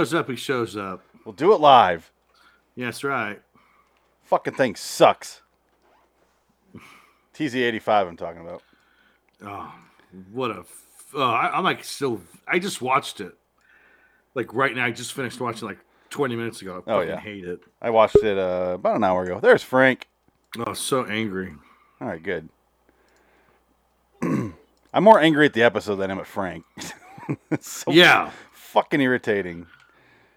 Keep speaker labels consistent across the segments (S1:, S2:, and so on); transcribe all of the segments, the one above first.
S1: shows up, he shows up.
S2: We'll do it live.
S1: Yeah, that's right.
S2: Fucking thing sucks. TZ85, I'm talking about.
S1: Oh, what a! f- Oh, I, I'm like still. I just watched it. Like right now, I just finished watching like 20 minutes ago. I
S2: Oh,
S1: fucking
S2: yeah.
S1: hate it.
S2: I watched it uh, about an hour ago. There's Frank.
S1: Oh, so angry.
S2: All right, good. I'm more angry at the episode than I am at Frank. It's so
S1: Yeah.
S2: fucking irritating.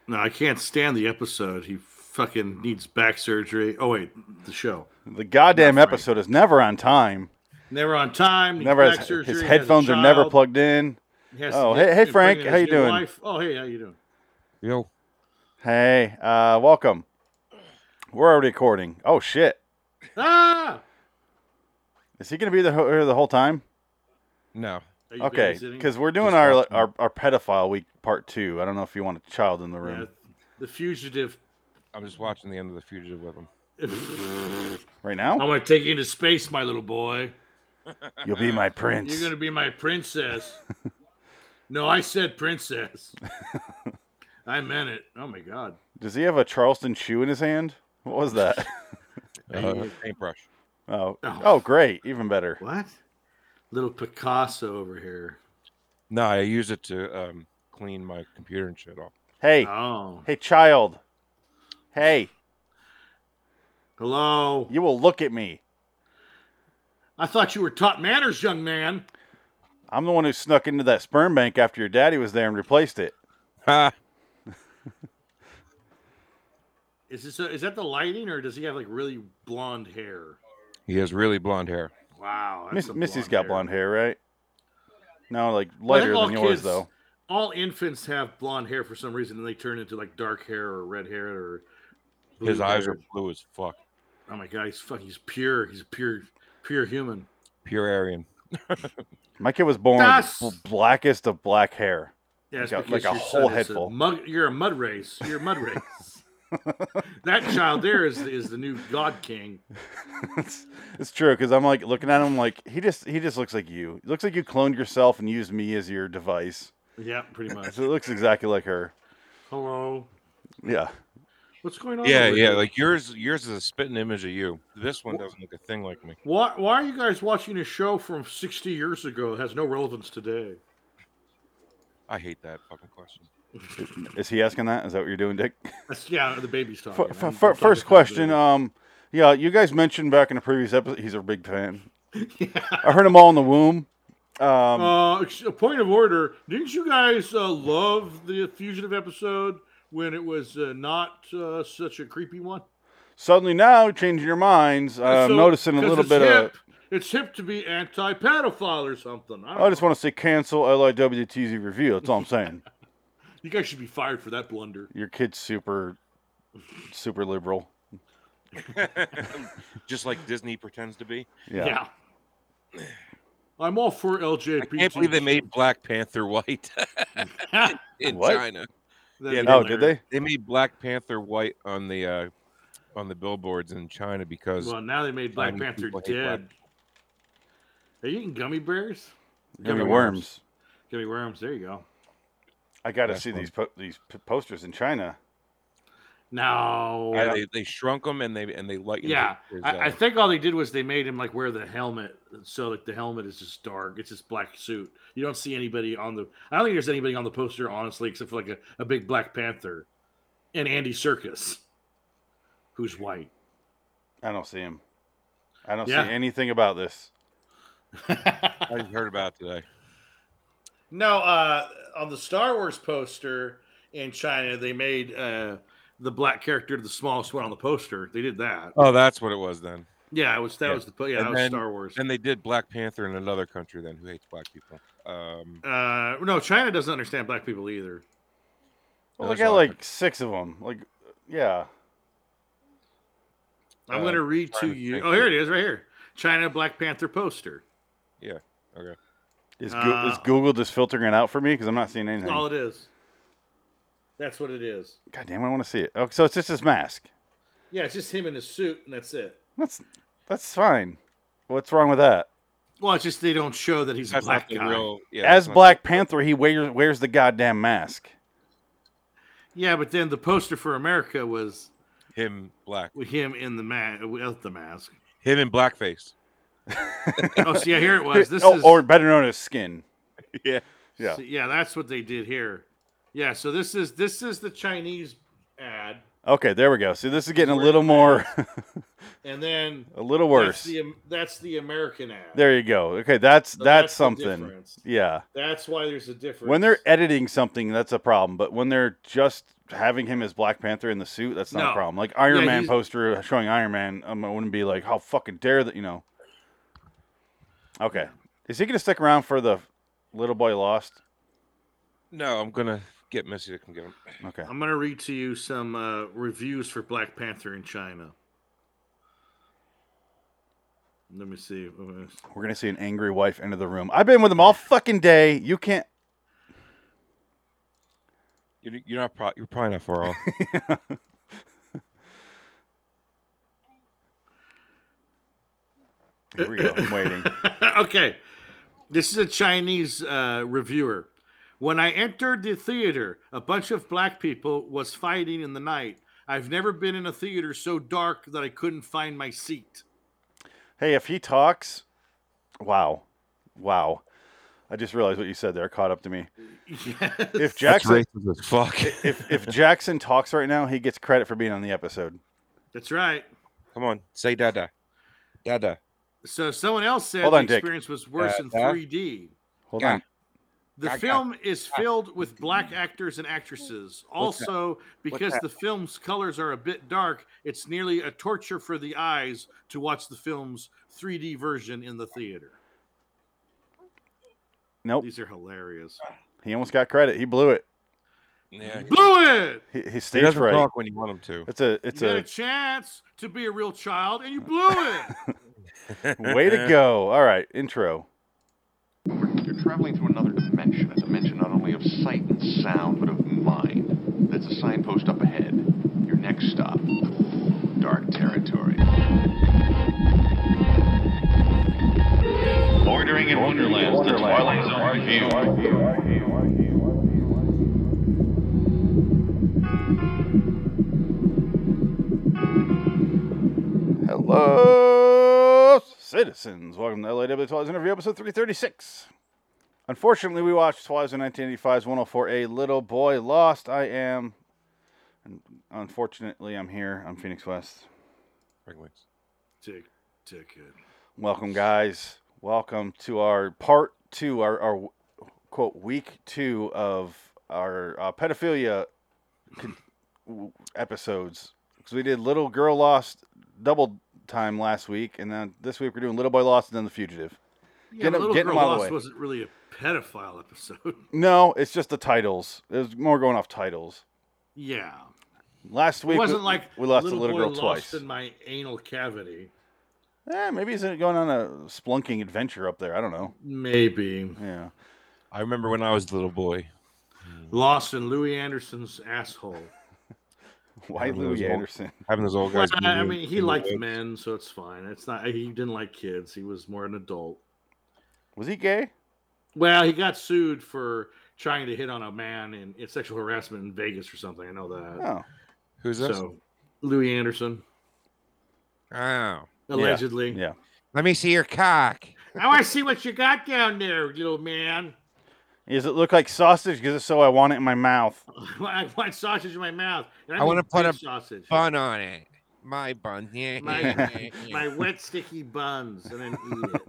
S1: No, I can't stand the episode. He fucking needs back surgery. Oh wait, the show.
S2: The goddamn
S1: Not Frank.
S2: episode is never on time.
S1: Never on time. needs
S2: Never
S1: back
S2: has,
S1: surgery,
S2: his
S1: has a
S2: headphones are never
S1: child,
S2: plugged in.
S1: has-
S2: Oh, hey- hey,
S1: bringing
S2: Frank,
S1: his
S2: how you
S1: new
S2: doing?
S1: wife- Oh, hey, how you doing?
S3: Yo,
S2: Hey, uh, welcome. We're already recording. Oh shit,
S1: Ah.
S2: is he gonna be the ho- here the whole time?
S3: no.
S1: Are you
S2: Okay,
S1: babysitting?
S2: because we're doing
S3: Just
S2: our,
S3: watching.
S2: our our pedophile week part two. I don't know if you want a child in the room
S1: yeah, the fugitive.
S3: I'm just watching the end of The Fugitive with him.
S1: I'm
S2: right now.
S1: gonna take you into space, my little boy.
S2: You'll be my prince.
S1: You're gonna be my princess. no, I said princess. I meant it. Oh my god.
S2: Does he have a Charleston shoe in his hand? What was that?
S3: Uh, paintbrush.
S2: oh,
S1: Oh.
S2: oh, great, even better.
S1: What? Little Picasso over here.
S3: No, I use it to um, clean my computer and shit off.
S2: Hey,
S1: Oh.
S2: hey, child. Hey,
S1: Hello.
S2: you will look at me.
S1: I thought you were taught manners, young man.
S2: I'm the one who snuck into that sperm bank after your daddy was there and replaced it.
S3: Ha!
S1: Is this a, is that the lighting or does he have like really blonde hair?
S3: He has really blonde hair.
S1: Wow. that's
S2: Miss,
S1: some
S2: Missy's got blonde hair, right? No, like
S1: Well, I think
S2: lighter
S1: all
S2: than yours
S1: kids-
S2: though.
S1: All infants have blonde hair for some reason, and they turn into like dark hair or red hair or.
S3: His
S1: blue
S3: eyes
S1: hair.
S3: are blue as fuck.
S1: Oh my god, he's fucking. He's pure. He's a pure, pure human.
S3: Pure Aryan.
S2: My kid was born
S1: Das-
S2: with bl- blackest of black hair.
S1: Yeah, it's
S2: Like a-
S1: because
S2: like a
S1: your son
S2: whole
S1: is
S2: head full.
S1: mug, you're a mud race. You're a mud race. that child there is is the new God King.
S2: it's, it's true because I'm like looking at him like he just he just looks like you. It looks like you cloned yourself and used me as your device.
S1: Yeah, pretty much.
S2: So it looks exactly like her.
S1: Hello,
S2: Yeah.
S1: what's going on?
S3: Yeah,
S1: over
S3: yeah.
S1: here?
S3: Like yours, yours is a spitting image of you. This one doesn't look a thing like me.
S1: why why are you guys watching a show from sixty years ago that has no relevance today?
S3: I hate that fucking question.
S2: Is he asking that? Is that what you're doing, Dick?
S1: That's, yeah, the baby's
S2: F-
S1: talking.
S2: f-
S1: I'm- I'm
S2: fir-
S1: talking
S2: first
S1: to the
S2: question.
S1: baby.
S2: Um, yeah, you guys mentioned back in a previous episode he's a big fan.
S1: Yeah.
S2: I heard him all in the womb. Um,
S1: Uh, ex- a point of order. Didn't you guys uh, love the fugitive episode when it was uh, not uh, such a creepy one?
S2: suddenly now changing your minds. I'm
S1: So-
S2: Uh, noticing a
S1: 'cause
S2: little
S1: it's
S2: bit of.
S1: hip. It's hip to be anti-pedophile or something. I,
S2: Oh, I just want to say cancel LIWTZ review. That's all I'm saying.
S1: you guys should be fired for that blunder.
S2: Your kid's super, super liberal.
S3: Just like Disney pretends to be.
S2: Yeah.
S1: I'm all for
S3: I
S1: LJP.
S3: can't believe they made Black Panther white in
S2: What?
S3: China.
S1: yeah,
S2: Oh, did they?
S3: They made Black Panther white on the uh, on the billboards in China because
S1: Well, now they made Black
S3: Finding
S1: Panther
S3: people hate black
S1: dead. Are you eating gummy bears?
S2: Gummy
S3: Gummy
S2: worms.
S1: Gummy worms. There you go.
S2: I got to
S3: That's
S2: see
S3: one.
S2: these po- these p- posters in China.
S1: No.
S3: Yeah, they, they shrunk him and they and they lightened.
S1: Yeah,
S3: his, uh,
S1: I, I think all they did was they made him like wear the helmet, so like the helmet is just dark. It's just black suit. You don't see anybody on the. I don't think there's anybody on the poster honestly, except for like a, a big Black Panther, and Andy Circus, who's white.
S2: I don't see him. I don't
S1: Yeah.
S2: see anything about this.
S3: I just heard about it today.
S1: no, uh, on the Star Wars poster in China, they made uh, the black character the smallest one on the poster. They did that.
S3: Oh, that's what it was then.
S1: Yeah, it was that
S3: Yeah.
S1: was the po- yeah
S3: And
S1: that was
S3: then-
S1: Star Wars.
S3: And they did Black Panther in another country then who hates black people. Um,
S1: uh, no, China doesn't understand black people either.
S2: Well,
S3: There's
S2: they got
S3: a lot of
S2: like six of them. Like, yeah.
S1: I'm
S3: Uh,
S1: going to read
S3: trying
S1: to
S3: to
S1: you.
S3: think
S1: Oh, here it is, right here. China Black Panther poster.
S2: Is, Goo
S1: Uh,
S2: is Google just filtering it out for me? Because I'm not seeing anything.
S1: That's all it is. That's what it is.
S2: God damn, I want to see it. Oh, so it's just his mask.
S1: Yeah, it's just him in his suit, and that's it.
S2: That's that's fine. What's wrong with that?
S1: Well, it's just they don't show that he's a
S3: that's
S1: black
S3: not the
S1: guy.
S3: real. Yeah,
S2: As
S3: that's not-
S2: Black Panther, he wears wears the goddamn mask.
S1: Yeah, but then the poster for America was
S3: Him black.
S1: with him in the mask without the mask.
S3: Him in blackface.
S1: Oh, see, yeah, here it was. This
S2: Oh,
S1: is
S2: or better known as skin.
S3: yeah.
S2: yeah.
S1: so- yeah, that's what they did here. Yeah, so this is this is the Chinese ad,
S2: Okay, there we go. See, this is getting a little more,
S1: and then
S2: a little
S1: That's
S2: worse.
S1: the, Am- that's the American ad.
S2: There you go. Okay, that's
S1: So
S2: that's
S1: the
S2: something.
S1: difference.
S2: Yeah.
S1: That's why there's a difference.
S2: When they're editing something, that's a problem. But when they're just having him as Black Panther in the suit, that's not
S1: No.
S2: a problem. Like Iron
S1: Yeah,
S2: Man
S1: he's-
S2: poster showing Iron Man, um, I wouldn't be like, how fucking dare that, you know? Okay. Is he gonna stick around for the little boy lost?
S3: No, I'm gonna get Missy to come get him.
S2: Okay.
S1: I'm gonna read to you some uh, reviews for Black Panther in China. Let me see.
S2: We're gonna see an angry wife enter the room. I've been with him all fucking day. You can't.
S3: You're, you're not. Pro- you're probably not far off.
S2: Here we go. I'm waiting.
S1: okay, this is a Chinese uh, reviewer. When I entered the theater, a bunch of black people was fighting in the night. I've never been in a theater so dark that I couldn't find my seat.
S2: Hey, if he talks, wow, wow. I just realized what you said there caught up to me. If Jackson,
S3: racist as fuck.
S2: if if Jackson talks right now, he gets credit for being on the episode.
S1: That's right.
S3: Come on, say dada, dada.
S1: So someone else said
S2: Hold on,
S1: the
S2: Dick.
S1: experience was worse in
S3: Uh, huh?
S1: 3D.
S2: Hold
S3: Yeah.
S2: on.
S1: The
S3: Gaga.
S1: film is filled with black actors and actresses.
S3: What's
S1: Also, because
S3: that?
S1: the film's colors are a bit dark, it's nearly a torture for the eyes to watch the film's 3D version in the theater.
S2: Nope.
S1: These are hilarious.
S2: He almost Oh. got credit. He blew it.
S3: Yeah,
S1: Blew it!
S2: He, he
S3: he
S2: staged
S3: doesn't
S2: right.
S3: talk when you want him to.
S2: It's a
S1: It's
S2: it's
S1: you had a
S2: a
S1: chance to be a real child and you blew it.
S2: way to go. All right, intro.
S4: You're traveling through another dimension, a dimension not only of sight and sound, but of mind. There's a signpost up ahead. Your next stop, dark territory. Bordering in Wonderland, the Twilight Zone review.
S2: Hello, citizens. Welcome to LAW Twilight Interview, episode 336. Unfortunately, we watched Twilight Zone 1985's 104A Little Boy Lost. I am, and unfortunately, I'm here. I'm Phoenix West.
S1: Tick, ticket.
S2: Welcome, guys. Welcome to our part two, our, our quote, week two of our uh, pedophilia con- w- episodes. Because we did Little Girl Lost double time last week, and then this week we're doing Little Boy Lost and then The Fugitive.
S1: Yeah,
S2: Get
S1: but
S2: him-
S1: Little
S2: get him
S1: Girl
S2: out of the
S1: Lost
S2: way.
S1: wasn't really a pedophile episode.
S2: No, it's just the titles. It was more going off titles.
S1: yeah.
S2: Last week
S1: It wasn't
S2: we,
S1: like
S2: we lost
S1: little
S2: a little
S1: boy
S2: girl
S1: lost
S2: twice.
S1: in my anal cavity.
S2: Eh, maybe he's going on a splunking adventure up there. I don't know.
S1: Maybe.
S2: Yeah.
S3: I remember when I was a little boy.
S1: Lost in Louis Anderson's asshole.
S2: Why
S3: Yeah, those
S2: Louis
S3: old-
S2: Anderson?
S3: Having those old
S1: Well,
S3: guys.
S1: I I
S3: moving
S1: mean, he
S3: in the
S1: liked
S3: woods.
S1: men, so it's fine. It's not. He didn't like kids. He was more an adult.
S2: Was he gay?
S1: Well, he got sued for trying to hit on a man in, in sexual harassment in Vegas or something. I know that.
S2: Oh.
S3: Who's this?
S1: so, Louis Anderson
S3: Oh,
S1: allegedly.
S2: Yeah.
S3: let me see your cock.
S1: I want to see what you got down there, little man.
S2: Does it look like sausage? Because if so, I want it in my mouth.
S1: I want sausage in my mouth. and
S3: I
S1: mean
S3: wanna put
S1: big
S3: a
S1: sausage.
S3: Bun on it. My bun. Yeah.
S1: My- My wet, sticky buns, and then eat it.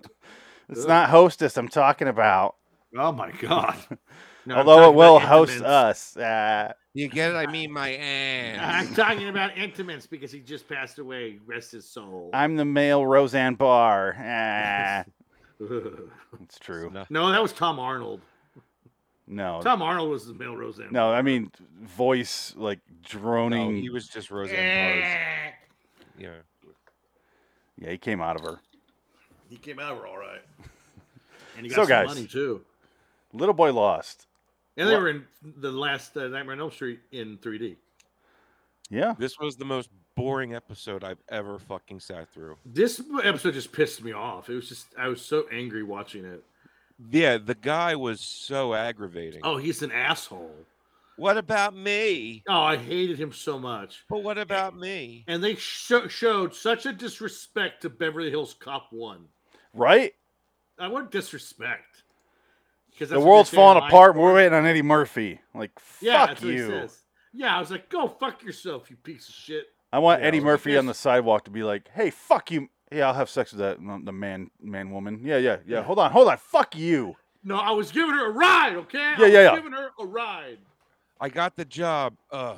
S2: It's
S1: Ugh.
S2: not hostess I'm talking about.
S1: Oh my god! No, I'm
S2: Although it
S1: talking
S2: will
S1: about
S2: host
S1: intimates.
S2: us. Uh,
S3: you get it? I mean, my ass.
S1: I'm talking about intimates because he just passed away. Rest his soul.
S2: I'm the male Roseanne Barr. Ah, it's true.
S3: No.
S1: no, that was Tom Arnold.
S2: No.
S1: Tom Arnold was the male Roseanne.
S2: No, I mean voice like
S3: No,
S2: droning.
S3: he was just Roseanne
S1: Eh.
S3: Barr's. Yeah.
S2: Yeah, he came out of her.
S1: he came out all right, and he got
S2: So,
S1: some
S2: guys.
S1: money too.
S2: Little boy lost.
S1: And they
S2: What-
S1: were in the last uh, Nightmare on Elm Street in 3D.
S2: Yeah.
S3: This was the most boring episode I've ever fucking sat through.
S1: This episode just pissed me off. It was just I was so angry watching it.
S3: Yeah, the guy was so aggravating.
S1: Oh, he's an Oh, asshole.
S3: What about me?
S1: Oh, I hated him so much.
S3: But what about me?
S1: And they sho showed such a disrespect to Beverly Hills Cop 1.
S2: Right?
S1: I want disrespect. Because
S2: the world's falling apart. We're waiting on Eddie Murphy. Like,
S1: Yeah,
S2: fuck
S1: that's what he
S2: you.
S1: says. Yeah, I was like, go fuck yourself, you piece of shit.
S2: I want
S3: Yeah,
S2: Eddie
S3: like
S2: Murphy on the
S1: this.
S2: sidewalk to be like, "Hey, fuck you." Yeah, I'll have sex with that the man, man, woman. Yeah, yeah, yeah. Hold on, hold on. Fuck you.
S1: No, I was giving her a ride, okay? I
S2: Yeah,
S1: was
S2: yeah, yeah.
S1: giving her a ride.
S3: I got the job. Ugh.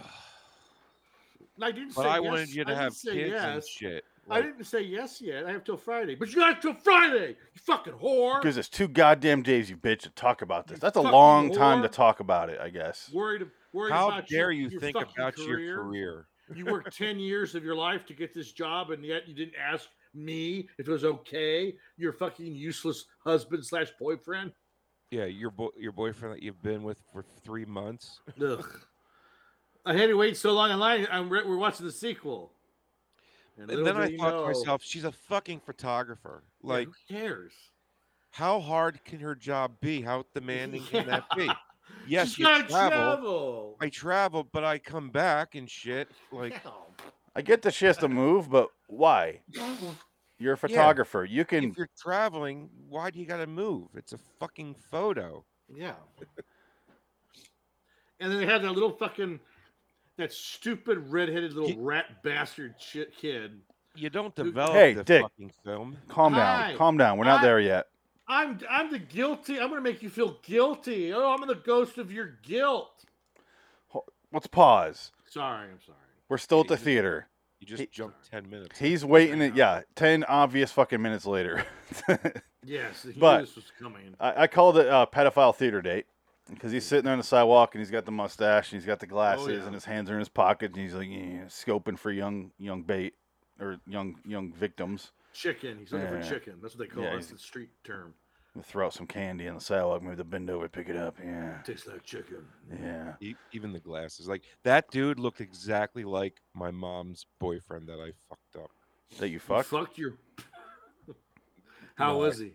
S1: And I didn't
S3: But
S1: say
S3: I
S1: yes.
S3: wanted you to
S1: I didn't
S3: have
S1: say
S3: kids
S1: yes.
S3: and shit.
S1: I
S3: Like,
S1: didn't say yes yet. I have till Friday. But you got till Friday, you fucking whore.
S2: Gives us two goddamn days, you bitch, to talk about this.
S1: You
S2: That's a
S1: fucking
S2: long time to
S1: whore.
S2: talk about it, I guess.
S1: worried, worried
S3: how
S1: about
S3: dare
S1: your,
S3: you
S1: your
S3: think
S1: fucking
S3: about
S1: career.
S3: your career?
S1: You worked 10 years of your life to get this job, and yet you didn't ask me if it was okay. Your fucking useless husband slash boyfriend.
S3: Yeah, your bo- your boyfriend that you've been with for three months.
S1: Ugh. I had to wait so long in line. I'm re- we're watching the sequel.
S3: And
S1: little
S3: then I
S1: did he
S3: thought
S1: know-
S3: to myself, she's a fucking photographer.
S1: Yeah,
S3: Like,
S1: who cares?
S3: how hard can her job be? How demanding can that be?
S1: Yeah.
S3: Yes,
S1: She's
S3: you
S1: gotta
S3: travel.
S1: travel.
S3: I travel, but I come back and shit. Like,
S1: Hell.
S2: I get that she has to move, but why? You're a photographer. You can.
S3: if you're traveling, why do you got to move? It's a fucking photo.
S1: Yeah. and then they had that little fucking, that stupid redheaded little
S3: He-
S1: rat bastard shit kid.
S3: You don't
S1: Dude,
S3: develop
S2: hey,
S3: the
S2: Dick.
S3: fucking film.
S2: Calm
S1: Hi.
S2: down. Calm down. We're not
S1: Hi.
S2: there yet.
S1: I'm I'm the guilty. I'm gonna make you feel guilty. Oh, I'm the ghost of your guilt.
S2: Let's pause.
S1: Sorry, I'm sorry.
S2: We're still at
S3: Hey,
S2: the
S3: you-
S2: theater.
S3: You just
S2: He-
S3: jumped ten minutes.
S2: He's waiting. At, yeah, ten obvious fucking minutes later.
S1: Yes, he knew
S2: But-
S1: this was coming.
S2: I, I called it uh, pedophile theater date because he's sitting there on the sidewalk and he's got the mustache and he's got the glasses
S1: Oh, yeah.
S2: and his hands are in his pockets and he's like "Yeah," scoping for young young bait or young young victims.
S1: Chicken. He's looking
S2: Yeah.
S1: for chicken. That's what they call.
S2: Yeah,
S1: it. That's
S2: he's-
S1: the street term.
S2: They throw out some candy on the sidewalk, maybe the bend over, pick it up. Yeah,
S1: Tastes like chicken.
S2: yeah.
S3: E- Even the glasses, like that dude looked exactly like my mom's boyfriend that I fucked up.
S2: That you
S1: You
S2: fuck.
S1: Fuck your. How
S3: No, I-
S1: was he?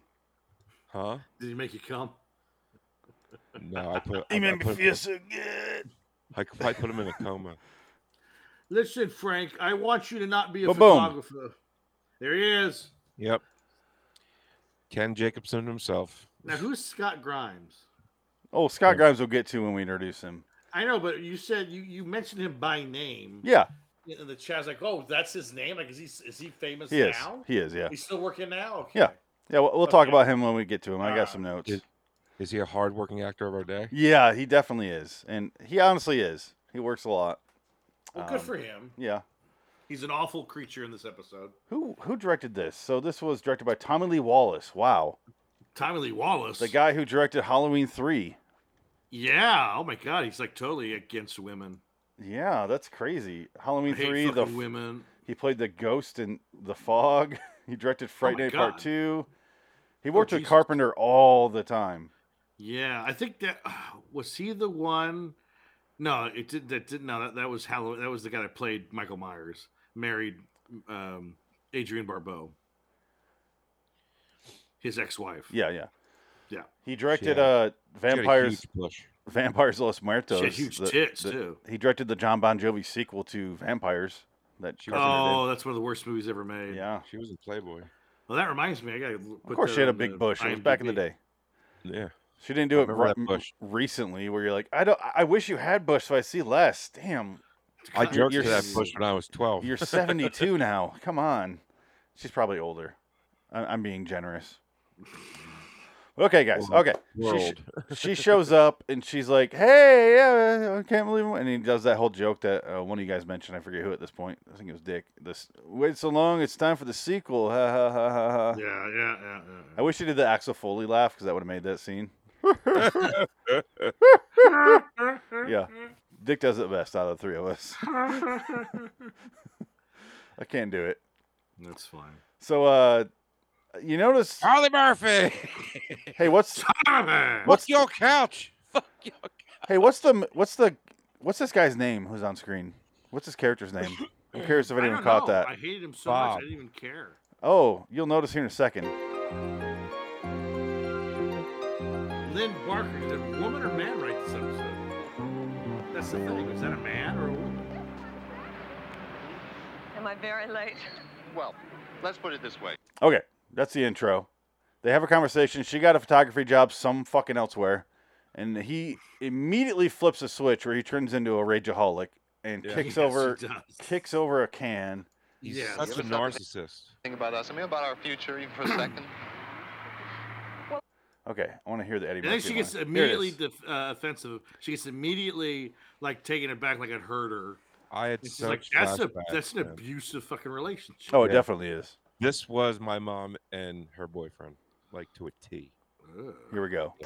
S3: Huh?
S1: Did he make you come?
S3: No, I put. I,
S2: He
S3: I
S2: made me
S3: put
S2: feel so good.
S3: I could probably put him in a coma.
S1: Listen, Frank. I want you to not be a
S2: Ba-boom.
S1: photographer. There he is.
S3: Yep. Ken Jacobson himself.
S1: Now, who's Scott Grimes?
S2: Oh, Scott Grimes will get to when we introduce him.
S1: I know, but you said you, you mentioned him by name
S2: Yeah,
S1: in the chat. I was like, oh, that's his name. Like, is he is he famous
S2: he is.
S1: now?
S2: He is. Yeah,
S1: He's still working now. Okay.
S2: Yeah. yeah. We'll, we'll talk
S1: Okay.
S2: about him when we get to him. I got
S1: Uh,
S2: some notes.
S3: is- Is he a hardworking actor of our day?
S2: Yeah, he definitely is, and he honestly is. He works a lot.
S1: Well, good
S2: Um,
S1: for him.
S2: Yeah.
S1: He's an awful creature in this episode.
S2: Who who directed this? So this was directed by Tommy Lee Wallace. Wow,
S1: Tommy Lee Wallace.
S2: the guy who directed Halloween three.
S1: Yeah. Oh my God. He's like totally against women.
S2: Yeah, that's crazy.
S1: I
S2: Halloween
S1: hate
S2: three. The
S1: fucking women.
S2: he played the ghost in the fog. He directed Fright
S1: Oh my
S2: Night Part
S1: God. Oh,
S2: two. He worked with
S1: Jesus.
S2: Carpenter all the time.
S1: Yeah. I think that was he the one. No, it did. That did no. That, that was Halloween. That was the guy that played Michael Myers, married um, Adrienne Barbeau, his ex-wife.
S2: Yeah, yeah,
S1: Yeah.
S2: He directed
S3: Yeah.
S2: uh
S3: He's got a
S2: Vampires
S3: huge bush.
S2: Vampires Los
S1: She
S2: Muertos.
S1: had huge
S2: the-
S1: tits
S2: the-
S1: too.
S2: He directed the John Bon Jovi sequel to Vampires. That
S3: She was
S2: Carpenter
S1: Oh, that's one of the worst movies ever
S2: did.
S1: made.
S2: yeah.
S3: She was in Playboy.
S1: Well, that reminds me. I gotta. l-
S2: Of
S1: put
S2: course,
S1: that
S2: she had a
S1: on
S2: big
S1: the
S2: bush. It was back in the
S1: IMDb.
S2: day.
S3: Yeah.
S2: She didn't
S3: I
S2: do it
S3: remember
S2: ri-
S3: that
S2: m-
S3: bush.
S2: recently, where you're like, I don't. I- I wish you had bush, so I see less. Damn,
S3: I
S1: God,
S3: jerked to
S2: you're
S3: that
S2: s-
S3: bush when I was 12.
S2: you're 72 now. Come on, she's probably older. I- I'm being generous. Okay, guys.
S3: Well,
S2: Okay, she, sh-
S3: World.
S2: she shows up and she's like, "Hey, yeah, I can't believe." it." And he does that whole joke that uh, one of you guys mentioned. I forget who at this point. I think it was Dick. This wait so long. It's time for the sequel. Ha ha ha ha. ha.
S1: Yeah, yeah, yeah. yeah,
S2: I wish you did the Axel Foley laugh because that would have made that scene.
S1: Mm-hmm.
S2: yeah. Dick does it best out of the three of us. I can't do it.
S1: That's fine.
S2: So, uh, you notice?
S3: Charlie Murphy!
S2: Hey, what's
S1: What?
S2: What's
S3: What's your couch? Fuck your couch.
S2: hey, what's the what's the what's this guy's name who's on screen? What's his character's name? I'm curious if
S1: I
S2: anyone
S1: don't
S2: caught
S1: know.
S2: that.
S1: I hated him so much.
S3: Bob.
S1: I didn't even care.
S2: Oh, you'll notice here in a second.
S1: Lynn Barker, did a woman or man write this episode? That That's the thing. Is that a man or a woman?
S5: Am I very late?
S4: Well, let's put it this way.
S2: Okay, that's the intro. They have a conversation. She got a photography job some fucking elsewhere, and he immediately flips a switch where he turns into a rageaholic and
S1: Yeah.
S2: kicks
S1: Yes,
S2: over
S1: he does.
S2: kicks over a can.
S3: He's
S1: Yeah.
S3: such a
S4: Yeah, but-
S3: narcissist.
S4: Think about us. I mean, about our future, even for a second. Oh,
S2: Okay, I want to hear the Eddie.
S1: And then
S2: Murphy
S1: she gets
S2: line. Here it
S1: immediately
S2: is.
S1: def- uh, offensive. She gets immediately like taken aback, like it hurt her.
S3: I had
S1: It's just
S3: such
S1: like that's a
S3: flashbacks,
S1: that's an
S3: man.
S1: abusive fucking relationship.
S2: oh, it
S3: yeah.
S2: definitely is.
S3: This was my mom and her boyfriend, like to a T.
S1: Ugh.
S2: Here we go.
S4: Oh,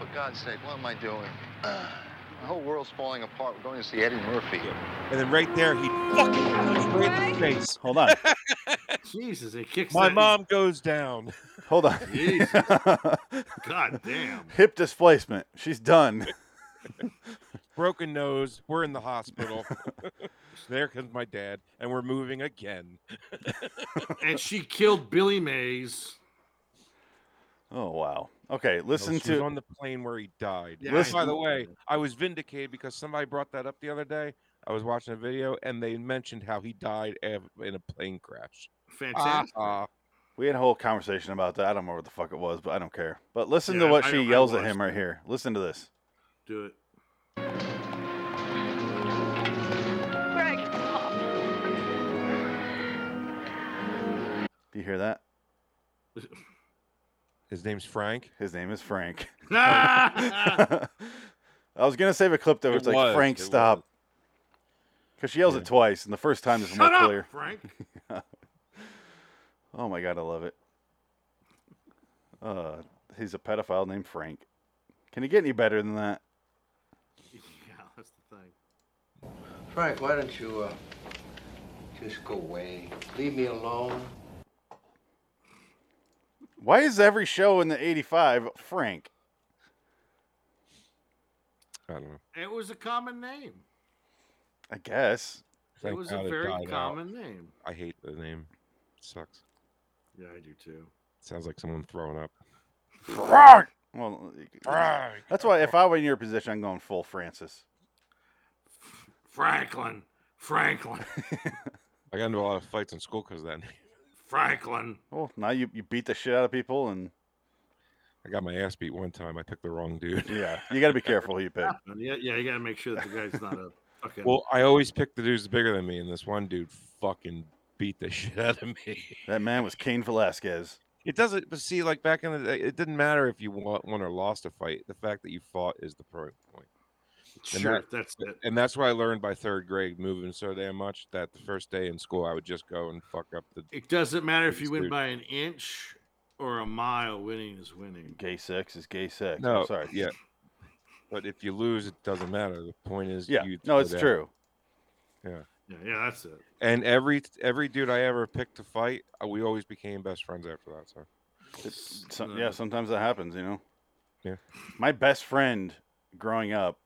S4: for God's sake, what am I doing? the whole world's falling apart. We're going to see Eddie Murphy.
S3: And then right there, he fucking punches her in the face.
S2: Hold on,
S1: Jesus, it kicks
S3: My
S1: that-
S3: mom goes down.
S2: hold on.
S1: Jesus. God damn.
S2: Hip displacement. She's done.
S3: Broken nose. We're in the hospital. there comes my dad, and we're moving again.
S1: And she killed Billy Mays.
S2: Oh wow. Okay,
S3: No,
S2: listen
S3: she was
S2: to
S3: on the plane where he died.
S1: Yeah,
S3: Which,
S1: I
S3: by the
S1: know.
S3: way, I was vindicated because somebody brought that up the other day. I was watching a video and they mentioned how he died av- in a plane crash.
S1: Fantastic.
S3: Ah,
S2: We had a whole conversation about that. I don't remember what the fuck it was, but I don't care. But listen to
S1: Yeah,
S2: what
S1: I-
S2: she
S1: I
S2: yells at
S1: watched
S2: him right here. Listen to this.
S3: Ah.
S1: Do it.
S5: Greg, Pop,
S2: Do you hear that?
S3: his name's Frank.
S2: His name is Frank.
S1: Ah!
S2: I was gonna save a clip though.
S3: It
S2: It's like
S3: was,
S2: Frank,
S3: it
S2: stop.
S3: was.
S2: Because she yells
S3: Yeah.
S2: it twice, and the first time is more
S1: Shut up,
S2: clear.
S1: Frank.
S2: Oh my god, I love it. Uh, he's a pedophile named Frank. Can it get any better than that?
S1: yeah, that's the thing.
S6: Frank, why don't you uh, just go away? Leave me alone.
S2: Why is every show in the '85 Frank?
S3: I don't know.
S1: It was a common name.
S2: I guess.
S3: Thank
S1: it was
S3: God
S1: a
S3: it
S1: very
S3: died out.
S1: common name.
S3: I hate the name. sucks.
S1: Yeah, I do too.
S3: Sounds like someone throwing up.
S2: Frank. Well,
S3: Ah,
S2: that's why if I were in your position, I'm going full Francis.
S1: Franklin. Franklin.
S3: I got into a lot of fights in school because of that name.
S1: Franklin.
S2: Well, now you, you beat the shit out of people, and
S3: I got my ass beat one time. I picked the wrong dude.
S2: yeah, you got to be careful who you pick.
S1: And Yeah, yeah, you gotta make sure that the guy's not a fucking
S3: Well, I always pick the dudes bigger than me, and this one dude fucking beat the shit out of me.
S2: That man was Cain Velasquez.
S3: It doesn't, but see, like back in the day, it didn't matter if you won, won or lost a fight. The fact that you fought is the pro point.
S1: sure. That's it.
S3: And that's what I learned by third grade, moving so damn much that the first day in school, I would just go and fuck up the.
S1: It doesn't matter if
S3: Please
S1: you win
S3: do.
S1: by an inch or a mile. Winning is winning.
S2: Gay sex is gay sex.
S3: No,
S2: I'm sorry.
S3: Yeah. But if you lose, it doesn't matter. The point is,
S2: Yeah.
S3: you
S2: No,
S3: throw
S2: it's
S3: down.
S2: true.
S1: Yeah, yeah, that's it.
S3: And every every dude I ever picked to fight, uh, we always became best friends after that. So
S1: S-
S2: It's, so,
S1: uh,
S2: yeah, sometimes that happens, you know.
S3: Yeah.
S2: My best friend growing up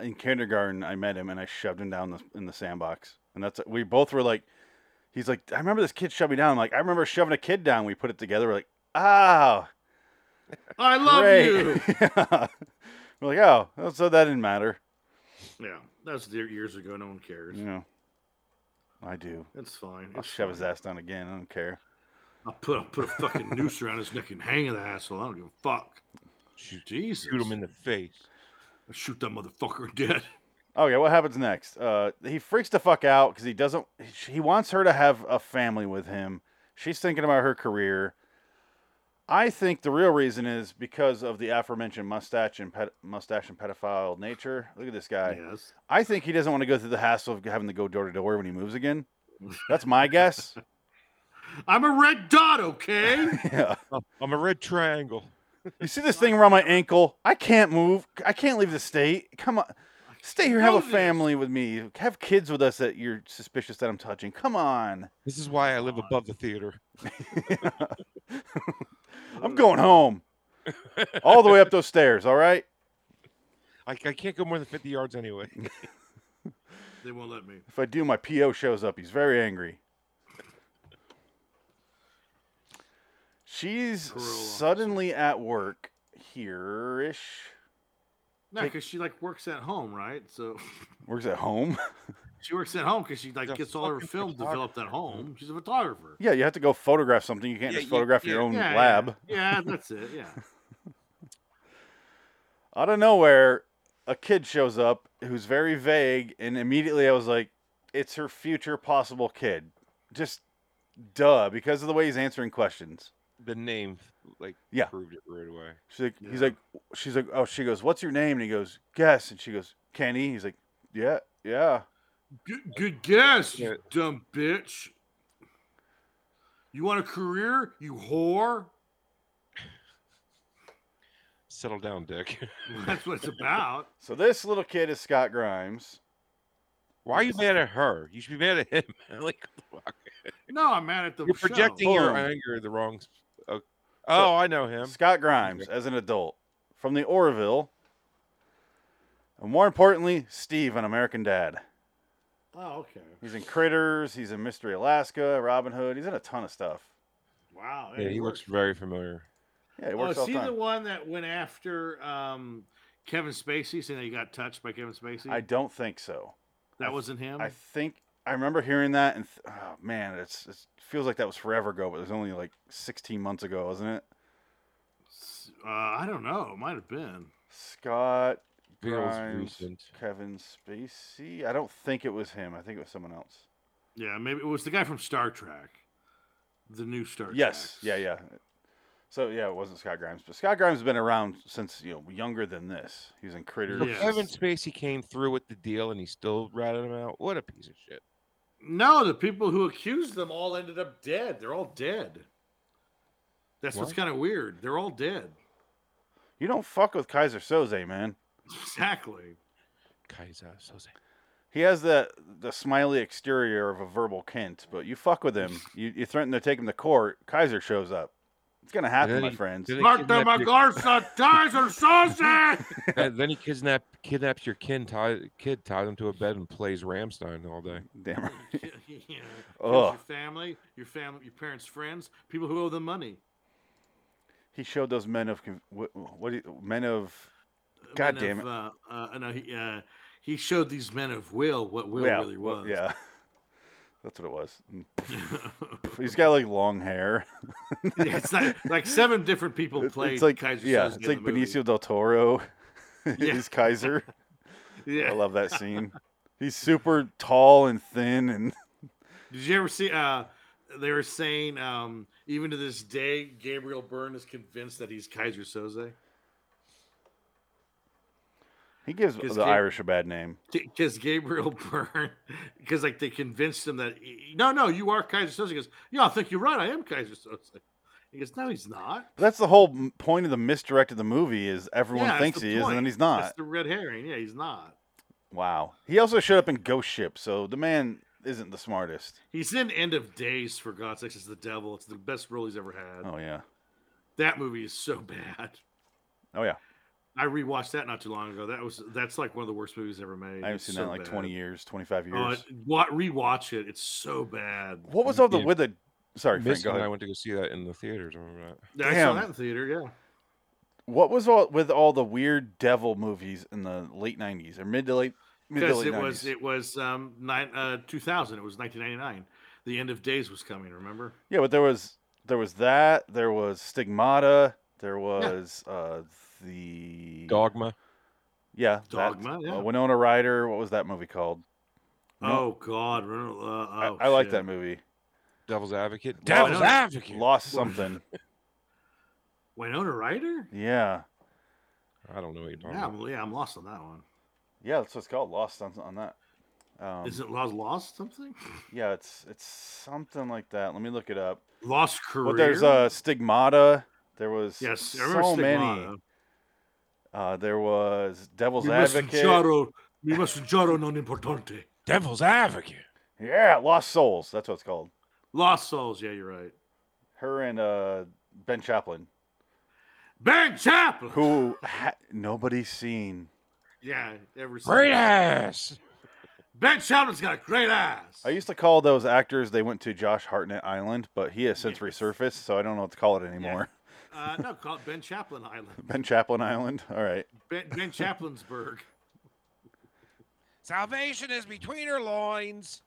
S2: in kindergarten, I met him and I shoved him down the, in the sandbox, and that's we both were like, he's like, I remember this kid shoved me down. I'm like, I remember shoving a kid down. We put it together. We're like, ah,
S1: I love
S2: great.
S1: you.
S2: we're like, oh, well, so that didn't matter,
S1: Yeah, that was dear- years ago. No one cares.
S2: you
S3: Mm.
S2: know. I do.
S1: That's fine.
S3: Oh,
S2: I'll
S1: it's
S2: shove his
S1: fine.
S2: ass down again. I don't care.
S1: I'll put I'll put a fucking noose around his neck and hang the asshole. I don't give a fuck.
S3: shoot,
S1: Jesus,
S3: shoot him in the face.
S1: I'll shoot that motherfucker dead.
S2: Okay, what happens next? Uh, he freaks the fuck out because he doesn't. He wants her to have a family with him. She's thinking about her career. I think the real reason is because of the aforementioned mustache and ped- mustache and pedophile nature. Look at this guy.
S1: Yes.
S2: I think he doesn't want to go through the hassle of having to go door to door when he moves again. That's my guess.
S1: I'm a red dot. Okay.
S2: yeah.
S3: I'm a red triangle.
S2: You see this thing around my ankle? I can't move. I can't leave the state. Come on. Stay here, have
S1: know
S2: a
S1: this.
S2: family with me. Have kids with us that you're suspicious that I'm touching. Come on.
S3: This is why I live above the theater.
S2: I'm going home. All the way up those stairs, all right?
S3: I, I can't go more than 50 yards anyway.
S1: They won't let me.
S2: If I do, my PO shows up. He's very angry. She's
S1: Cruel officer.
S2: suddenly at work here ish.
S1: No,
S2: Take-
S1: because she like works at home, right? So
S2: Works at home.
S1: she works at home because she like
S3: The
S1: gets all her
S3: fucking
S1: film
S3: photographer.
S1: developed at home. She's a photographer.
S2: yeah, you have to go photograph something. You can't
S3: Yeah,
S2: just
S3: yeah,
S2: photograph your
S3: yeah.
S2: own
S1: Yeah, yeah.
S2: lab.
S1: Yeah, that's it. Yeah.
S2: Out of nowhere, a kid shows up who's very vague, and immediately I was like, "It's her future possible kid." Just duh, because of the way he's answering questions.
S3: The name like
S2: Yeah.
S3: proved it right away.
S2: She's like, he's
S1: Yeah.
S2: like, she's like, oh, she goes, what's your name? And he goes, guess. And she goes, Kenny. He's like, yeah, yeah.
S1: Good, good guess,
S3: Yeah.
S1: you dumb bitch. You want a career, you whore?
S3: Settle down, Dick.
S1: That's what it's about.
S2: So this little kid is Scott Grimes.
S3: Why are you mad at her? You should be mad at him. like what the fuck?
S1: No, I'm mad at the
S3: you're
S1: show.
S3: projecting your
S2: Boom.
S3: anger the wrong. s- Oh, oh, I know him.
S2: Scott Grimes as an adult from the Orville. And more importantly, Steve on American Dad.
S1: Oh, okay.
S2: He's in Critters. He's in Mystery Alaska, Robin Hood. He's in a ton of stuff.
S1: Wow.
S3: Yeah, he looks very familiar.
S2: Yeah, he
S1: Oh,
S2: works
S1: is
S2: all
S1: he
S2: the
S1: the
S2: time.
S1: one that went after um, Kevin Spacey, saying that he got touched by Kevin Spacey?
S2: I don't think so.
S1: that wasn't him.
S2: I think I remember hearing that, and th- oh, man, it's it feels like that was forever ago, but it was only like 16 months ago, wasn't it?
S1: S- uh, I don't know. It might have been.
S2: Scott
S3: Feels
S2: Grimes,
S3: recent.
S2: Kevin Spacey. I don't think it was him. I think it was someone else.
S1: Yeah, maybe it was the guy from Star Trek, the new Star
S2: Yes.
S1: Treks.
S2: Yeah. Yeah. So yeah, it wasn't Scott Grimes, but Scott Grimes has been around since you know younger than this. He was in Critters.
S3: So
S1: Yes.
S3: Kevin Spacey came through with the deal, and he still ratted him out. What a piece of shit!
S1: No, the people who accused them all ended up dead. They're all dead. That's what's
S3: What?
S1: kind of weird. They're all dead.
S2: You don't fuck with Kaiser Soze, man.
S1: Exactly.
S3: Kaiser Soze.
S2: He has the the smiley exterior of a verbal Kent, but you fuck with him, you, you threaten to take him to court. Kaiser shows up. It's gonna happen,
S3: then
S2: my
S3: he-
S2: friends.
S3: then he
S1: Marta
S3: kidnapped your-
S1: Magarsa dies or sausage.
S3: And then he kidnaps kidnaps your kid, tie, kid, ties him to a bed, and plays Ramstein all day.
S2: Damn right.
S1: yeah, yeah. Kills your
S2: Ugh.
S1: family, your family, your parents' friends, people who owe them money.
S2: He showed those men of con- what, what do you, men of
S1: Men
S2: God damn
S1: of, Uh, uh, no, he, uh, he showed these men of will what will
S2: yeah,
S1: really
S2: well,
S1: was.
S2: yeah, that's what it was. He's got like long hair.
S1: Yeah, it's like like seven different people
S2: It's-
S1: played
S2: it's like
S1: Kaiser
S2: yeah,
S1: Soze
S2: it's
S1: in
S2: like
S1: the movie.
S2: Benicio del Toro
S1: Yeah.
S2: is Kaiser.
S1: Yeah.
S2: I love that scene. He's super tall and thin, and
S1: Did you ever see? Uh, they were saying um, even to this day, Gabriel Byrne is convinced that he's Kaiser Soze
S2: he gives the
S1: His kid-
S2: Irish a bad name.
S1: because Gabriel Byrne because like they convinced him that he- no, no, you are Kaiser Soze. He goes, yeah, I think you're right. I am Kaiser Soze. He goes, no, he's not.
S2: That's the whole m- point of the misdirect of the movie is everyone
S1: Yeah, that's
S2: thinks
S1: the
S2: he is, and then
S1: point.
S2: he's not.
S1: That's the red herring. Yeah, he's not.
S2: Wow. He also showed up in Ghost Ship, so the man isn't the smartest.
S1: He's in End of Days for God's sakes. It's the devil. It's the best role he's ever had.
S2: Oh yeah.
S1: That movie is so bad.
S2: Oh yeah.
S1: I rewatched that not too long ago. That was that's like one of the worst movies ever made.
S2: I haven't
S1: It's
S2: seen
S1: so
S2: that in like
S1: bad.
S2: 20 years, 25 years.
S1: Oh, it- wa- rewatch it. It's so bad.
S2: what was all the
S3: Yeah.
S2: with the? Sorry, Frank.
S3: Miss
S2: Go
S3: and I
S2: ahead.
S3: went to go see that in the theaters. Remember that?
S1: I saw
S2: Damn.
S1: that in theater. Yeah,
S2: What was all with all the weird devil movies in the late 90s or mid to late? Mid to
S1: because
S2: late
S1: it was
S2: 90s?
S1: it was um nine uh two thousand. It was nineteen ninety nine. The end of days was coming. Remember?
S2: Yeah, but there was there was that. There was Stigmata. There was uh the
S3: Dogma.
S2: Yeah, that-
S1: Dogma,
S2: uh,
S1: yeah.
S2: Winona Ryder. What was that movie called? No.
S1: Oh God! Ren- Uh,
S2: I,
S1: oh,
S2: I like
S1: shit.
S2: that movie.
S3: Devil's Advocate.
S1: Well, I
S3: Devil's
S1: know-
S3: Advocate.
S2: Lost something.
S1: Winona Ryder.
S2: yeah.
S3: I don't know what you're
S2: Oh.
S3: talking
S1: Yeah,
S3: about.
S1: I'm, yeah, I'm lost on that one.
S2: Yeah, that's what it's called. Lost on, on that. Um,
S1: Is it lost? Lost something?
S2: yeah, it's it's something like that. Let me look it up.
S1: Lost career.
S2: But there's uh, Stigmata. There was
S1: yes, I remember
S2: so many.
S1: Stigmata.
S2: Uh, there was Devil's
S1: We must
S2: Advocate.
S1: giaro- we must giaro non importante.
S3: Devil's Advocate.
S2: Yeah, Lost Souls. That's what it's called.
S1: Lost souls. Yeah, you're right.
S2: Her and uh, Ben Chaplin,
S1: Ben Chaplin.
S2: who ha- nobody's seen.
S1: Yeah, ever since.
S3: Great ass.
S1: Ben Chaplin's got a great ass.
S2: I used to call those actors. They went to Josh Hartnett Island, but he has since
S1: Yes.
S2: resurfaced, so I don't know what to call it anymore.
S1: Uh, no, call it Ben Chaplin Island.
S2: Ben Chaplin Island. All right.
S1: Ben, ben Chaplinsburg.
S3: Salvation is between her loins.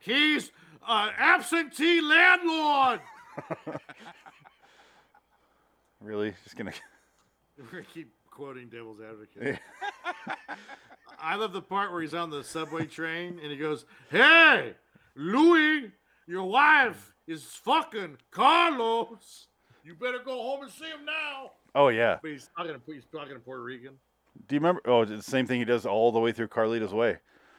S1: He's an absentee landlord.
S2: Really? Just gonna.
S1: We're gonna keep quoting Devil's Advocate. I love the part where he's on the subway train and he goes, "Hey, Louis, your wife is fucking Carlos. You better go home and see him now."
S2: Oh yeah.
S1: But he's talking to he's talking to Puerto Rican.
S2: Do you remember? Oh, it's the same thing he does all the way through Carlito's Way.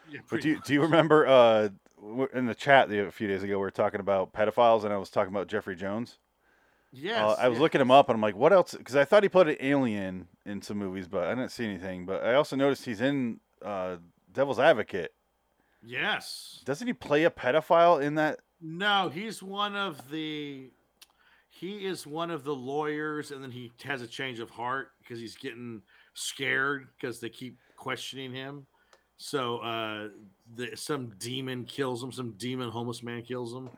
S1: Yeah,
S2: But
S1: pretty
S2: do you, do you remember? Uh, w- in the chat the- a few days ago, we were talking about pedophiles, and I was talking about Jeffrey Jones.
S1: Yes,
S2: uh, I was
S1: yeah.
S2: looking him up, and I'm like, what else? Because I thought he played an alien in some movies, but I didn't see anything. But I also noticed he's in uh, Devil's Advocate.
S1: Yes.
S2: Doesn't he play a pedophile in that?
S1: No, he's one of the. He is one of the lawyers, and then he has a change of heart because he's getting scared because they keep questioning him. So uh, the, some demon kills him. Some demon homeless man kills him.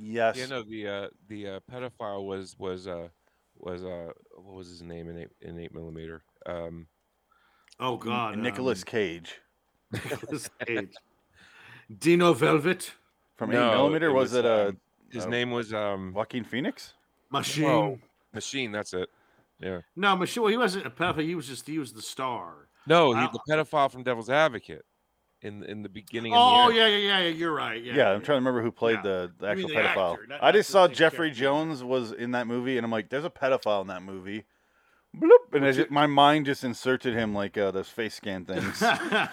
S2: Yes.
S3: Yeah, no, the uh, the uh, pedophile was was uh, was uh, what was his name in eight in eight millimeter? Um,
S1: Oh God, um,
S2: Nicholas Cage
S1: Nicolas Cage. Dino Velvet
S2: from
S3: no,
S2: Eight Millimeter.
S3: it
S2: Was, it uh,
S3: um, his
S2: uh,
S3: name was um,
S2: Joaquin Phoenix?
S1: Machine.
S3: Whoa. Machine. That's it. Yeah.
S1: No, Machine. Well, he wasn't a pedophile. He was just he was the star.
S3: No, he,
S1: Wow.
S3: the pedophile from Devil's Advocate, in in the beginning. and the
S1: Oh
S3: end.
S1: yeah, yeah, yeah, yeah. You're right. Yeah,
S2: Yeah, I'm trying to remember who played
S1: Yeah.
S2: the, the
S1: I mean
S2: actual
S1: the
S2: pedophile.
S1: actor, not-
S2: I
S1: not
S2: just
S1: the-
S2: saw
S1: the
S2: Jeffrey
S1: character.
S2: Jones was in that movie, and I'm like, there's a pedophile in that movie. Bloop, and I ju- my mind just inserted him like uh, those face scan things.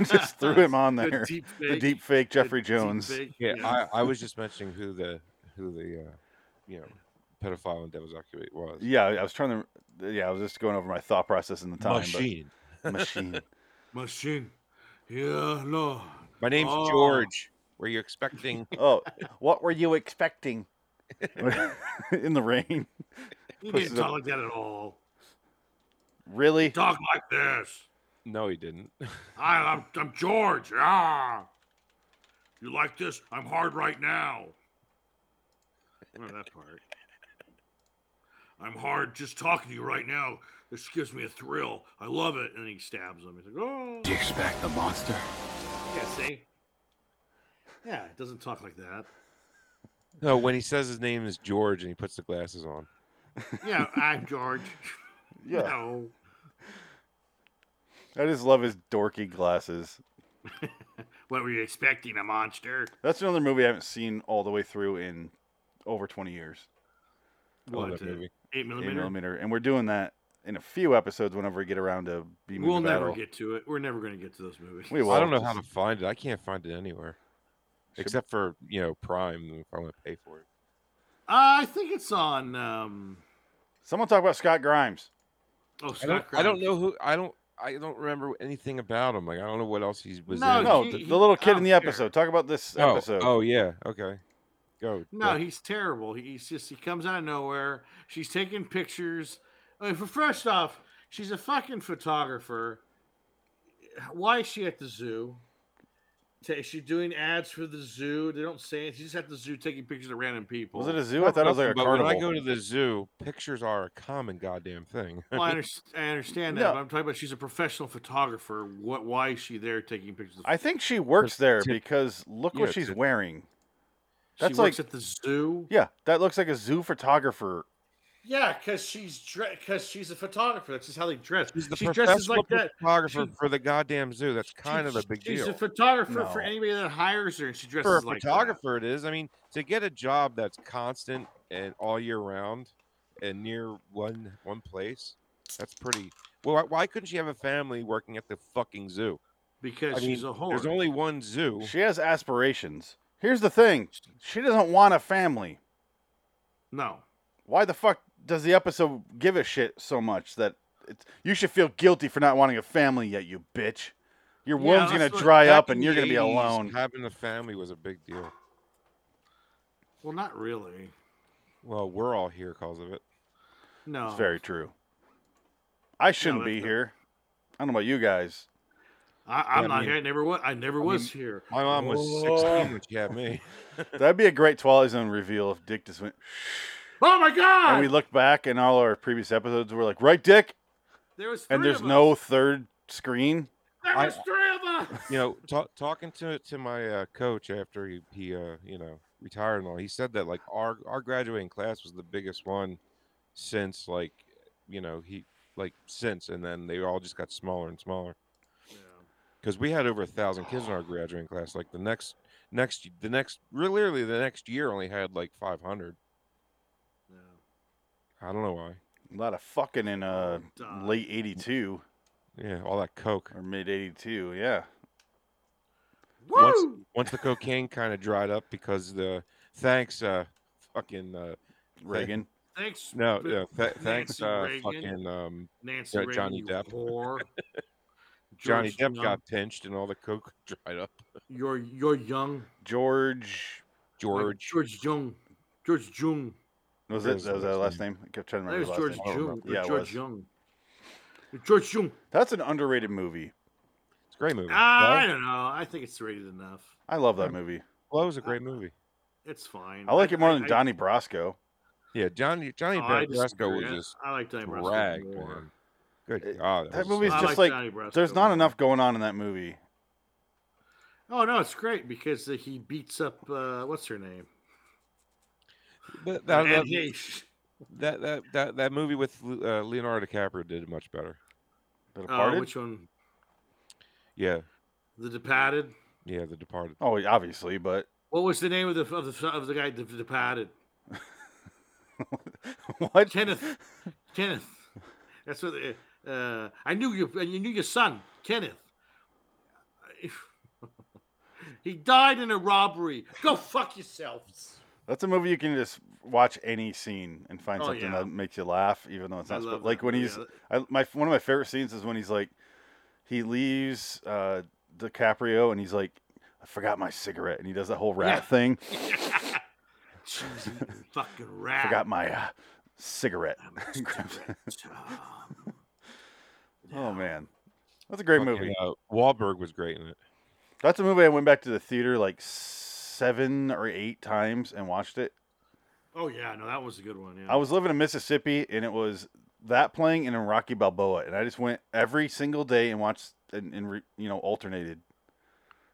S2: just threw him on
S1: The
S2: there. The deep,
S1: deep fake.
S2: fake
S1: The
S2: Jeffrey
S1: deep
S2: Jones.
S1: fake,
S3: Yeah, I, I was just mentioning who the who the uh, you know pedophile in Devil's Advocate was.
S2: Yeah, I was trying to. Yeah, I was just going over my thought process in the time.
S3: Machine.
S2: But machine.
S1: Machine. Yeah, no.
S3: My name's
S1: Oh.
S3: George. Were you expecting?
S2: Oh, what were you expecting? in the rain.
S1: He
S2: Puts
S1: didn't
S2: it up.
S1: talk like that at all.
S2: Really?
S1: Talk like this.
S3: no, he didn't.
S1: I, I'm, I'm George. Yeah. You like this? I'm hard right now. Remember that part. I'm hard just talking to you right now. This gives me a thrill. I love it. And he stabs him. He's like, oh. Do you expect the monster? Yeah, see? Yeah, it doesn't talk like that.
S3: No, when he says his name is George and he puts the glasses on.
S1: Yeah, I'm George.
S2: Yeah.
S1: No.
S2: I just love his dorky glasses.
S1: What were you expecting? A monster?
S2: That's another movie I haven't seen all the way through in over 20 years.
S3: I love
S1: What?
S3: that
S1: uh,
S3: movie.
S1: Eight
S2: Eight
S1: millimeter?
S2: millimeter. And we're doing that in a few episodes whenever we get around to B movie
S1: We'll
S2: battle.
S1: never get to it. We're never going to get to those movies.
S2: We will.
S3: I don't know how to find it. I can't find it anywhere,
S2: Should-
S3: except for you know Prime. If I want to pay for it.
S1: Uh, I think it's on. Um,
S2: Someone talk about Scott Grimes.
S1: oh,
S3: I
S1: Scott
S3: don't, I don't
S1: Grimes.
S3: know who. I don't. I don't remember anything about him. Like I don't know what else Oh, he was
S1: No,
S3: in.
S2: no,
S1: he-
S2: the,
S1: he-
S2: the little
S1: I
S2: kid in
S1: don't
S2: the
S1: care.
S2: episode. Talk about this
S3: Oh,
S2: episode.
S3: oh yeah. Okay. Go.
S1: No, he's terrible. He- He's just he comes out of nowhere. She's taking pictures. I mean, for first off, she's a fucking photographer. Why is she at the zoo? Ta- Is she doing ads for the zoo? They don't say it. She's at the zoo taking pictures of random people.
S2: Was it a zoo? I thought it was like a
S3: but
S2: carnival.
S3: When I go to the zoo, pictures are a common goddamn thing.
S1: Well, I, underst- I understand that,
S2: No.
S1: but I'm talking about she's a professional photographer. What? Why is she there taking pictures? Of
S2: I think she works there
S3: Tip-
S2: because look
S3: yeah,
S2: what she's
S3: tip-
S2: wearing.
S1: she
S2: That's
S1: works
S2: like
S1: at the zoo.
S2: yeah, that looks like a zoo photographer.
S1: Yeah, because she's because she's a photographer. That's just how they dress.
S3: She's the
S1: she dresses
S3: professional
S1: like that.
S3: photographer
S1: She-
S3: for the goddamn zoo. That's kind of
S1: She's-
S3: the big
S1: She's
S3: deal.
S1: a photographer for
S2: No.
S1: anybody that hires her, and she dresses
S3: for a
S1: like that.
S3: photographer, it is. I mean, to get a job that's constant and all year round and near one one place, that's pretty. Well, why, why couldn't she have a family working at the fucking zoo?
S1: because
S3: I
S1: she's
S3: mean,
S1: a whore.
S3: There's only one zoo.
S2: She has aspirations. Here's the thing. She doesn't want a family.
S1: no.
S2: Why the fuck does the episode give a shit so much that it's, you should feel guilty for not wanting a family yet, you bitch? Your
S1: Yeah,
S2: womb's gonna
S1: that's what-
S2: dry
S3: Back
S2: up
S3: in
S2: and
S3: the
S2: you're gonna be
S3: 80s,
S2: alone.
S3: Having a family was a big deal.
S1: Well, not really.
S3: Well, we're all here because of it.
S1: No.
S2: It's very true. I shouldn't
S1: that's
S2: be
S1: not-
S2: here. I don't know about you guys.
S1: I, I'm
S3: Yeah, I
S1: not
S3: mean-
S1: here. I never was. I never was here.
S3: My mom was
S1: Oh.
S3: 16 when she had me.
S2: That'd be a great Twilight Zone reveal if Dick just went.
S1: Oh my god!
S2: And we looked back in all our previous episodes. We're like, right, Dick,
S1: there was three
S2: and there's
S1: of us.
S2: no third screen.
S1: There
S3: I-
S1: was three of us.
S3: you know, ta- talking to to my uh, coach after he he uh, you know retired and all, he said that like our our graduating class was the biggest one since like you know he like since, and then they all just got smaller and smaller because we had over a thousand kids in our graduating class. Like the next next the next really literally the next year only had like five hundred.
S1: Yeah,
S3: I don't know why.
S2: A lot of fucking in uh,
S1: God.
S2: late '82
S3: Yeah, all that coke.
S2: or mid '82. Yeah,
S1: yeah.
S3: Once-
S1: Woo!
S3: Once the cocaine kind of dried up because the thanks uh fucking uh
S2: Reagan.
S1: Thanks.
S3: No,
S1: b-
S3: no. Th- thanks,
S1: Nancy
S3: uh,
S1: Reagan.
S3: fucking um,
S1: Nancy
S3: uh,
S1: Reagan,
S3: Johnny
S1: you
S3: Depp.
S1: whore.
S3: Johnny
S1: George
S3: Depp
S1: Young-
S3: got pinched and all the coke dried up.
S1: your your young
S2: George
S1: like
S3: George,
S1: George Jung. George Jung.
S2: was
S3: That
S2: it?
S3: was
S2: That was
S3: the
S2: that
S3: last
S2: last name. I kept trying to
S1: That was
S2: remember.
S1: George
S2: his last name.
S3: I don't
S1: Jung.
S3: remember.
S1: or
S2: Yeah, it
S1: George
S2: was.
S1: Jung. George Jung.
S2: That's an underrated movie.
S3: it's a great movie.
S1: Ah, I
S3: Blow,
S1: don't know. I think it's rated enough.
S2: I love that movie.
S3: Blow is a great movie.
S1: It's fine.
S2: I like it more than
S1: I-
S2: Donnie Brasco.
S3: Yeah, Johnny Johnny
S1: Oh, I
S3: Brasco was
S1: disagree.
S3: just
S1: I like Donnie Brasco
S3: dragged,
S1: more.
S3: man. Good
S2: It-
S3: God,
S2: that
S3: was
S2: movie's
S1: I
S3: so-
S2: just
S1: like, Donnie
S2: like,
S1: Brasco
S2: There's not
S1: more.
S2: enough going on in that movie.
S1: Oh no, it's great because he beats up uh, what's her name?
S3: that, that,
S1: Anne
S3: that,
S1: Heche.
S3: that, that, that, that movie with Le- uh, Leonardo DiCaprio did much better.
S2: The
S1: Oh,
S2: Departed?
S1: which one?
S3: Yeah,
S1: The Departed.
S3: yeah, The Departed.
S2: Oh, obviously, but
S1: What was the name of the of the of the guy? The Departed.
S2: what?
S1: Kenneth. Kenneth. That's what. Uh, uh, I knew you. I knew your son, Kenneth. he died in a robbery. Go fuck yourselves.
S2: That's a movie you can just watch any scene and find
S1: Oh,
S2: something
S1: yeah.
S2: that makes you laugh, even though it's
S1: I
S2: not
S1: love
S2: spo- like
S1: that
S2: when
S1: movie.
S2: he's I, my one of my favorite scenes is when he's like he leaves uh, DiCaprio and he's like, I forgot my cigarette, and he does that whole rat
S1: Yeah.
S2: thing.
S1: Cheesy fucking rat.
S2: Forgot my uh, cigarette.
S1: I must
S2: Grabs-
S1: do it. Um,
S2: oh man, that's a great
S3: Fucking,
S2: movie.
S3: Uh, Wahlberg was great in it.
S2: That's a movie I went back to the theater like seven or eight times and watched it.
S1: Oh yeah, no, that was a good one. Yeah.
S2: I was living in Mississippi, and it was that playing and in Rocky Balboa, and I just went every single day and watched and, and re, you know alternated.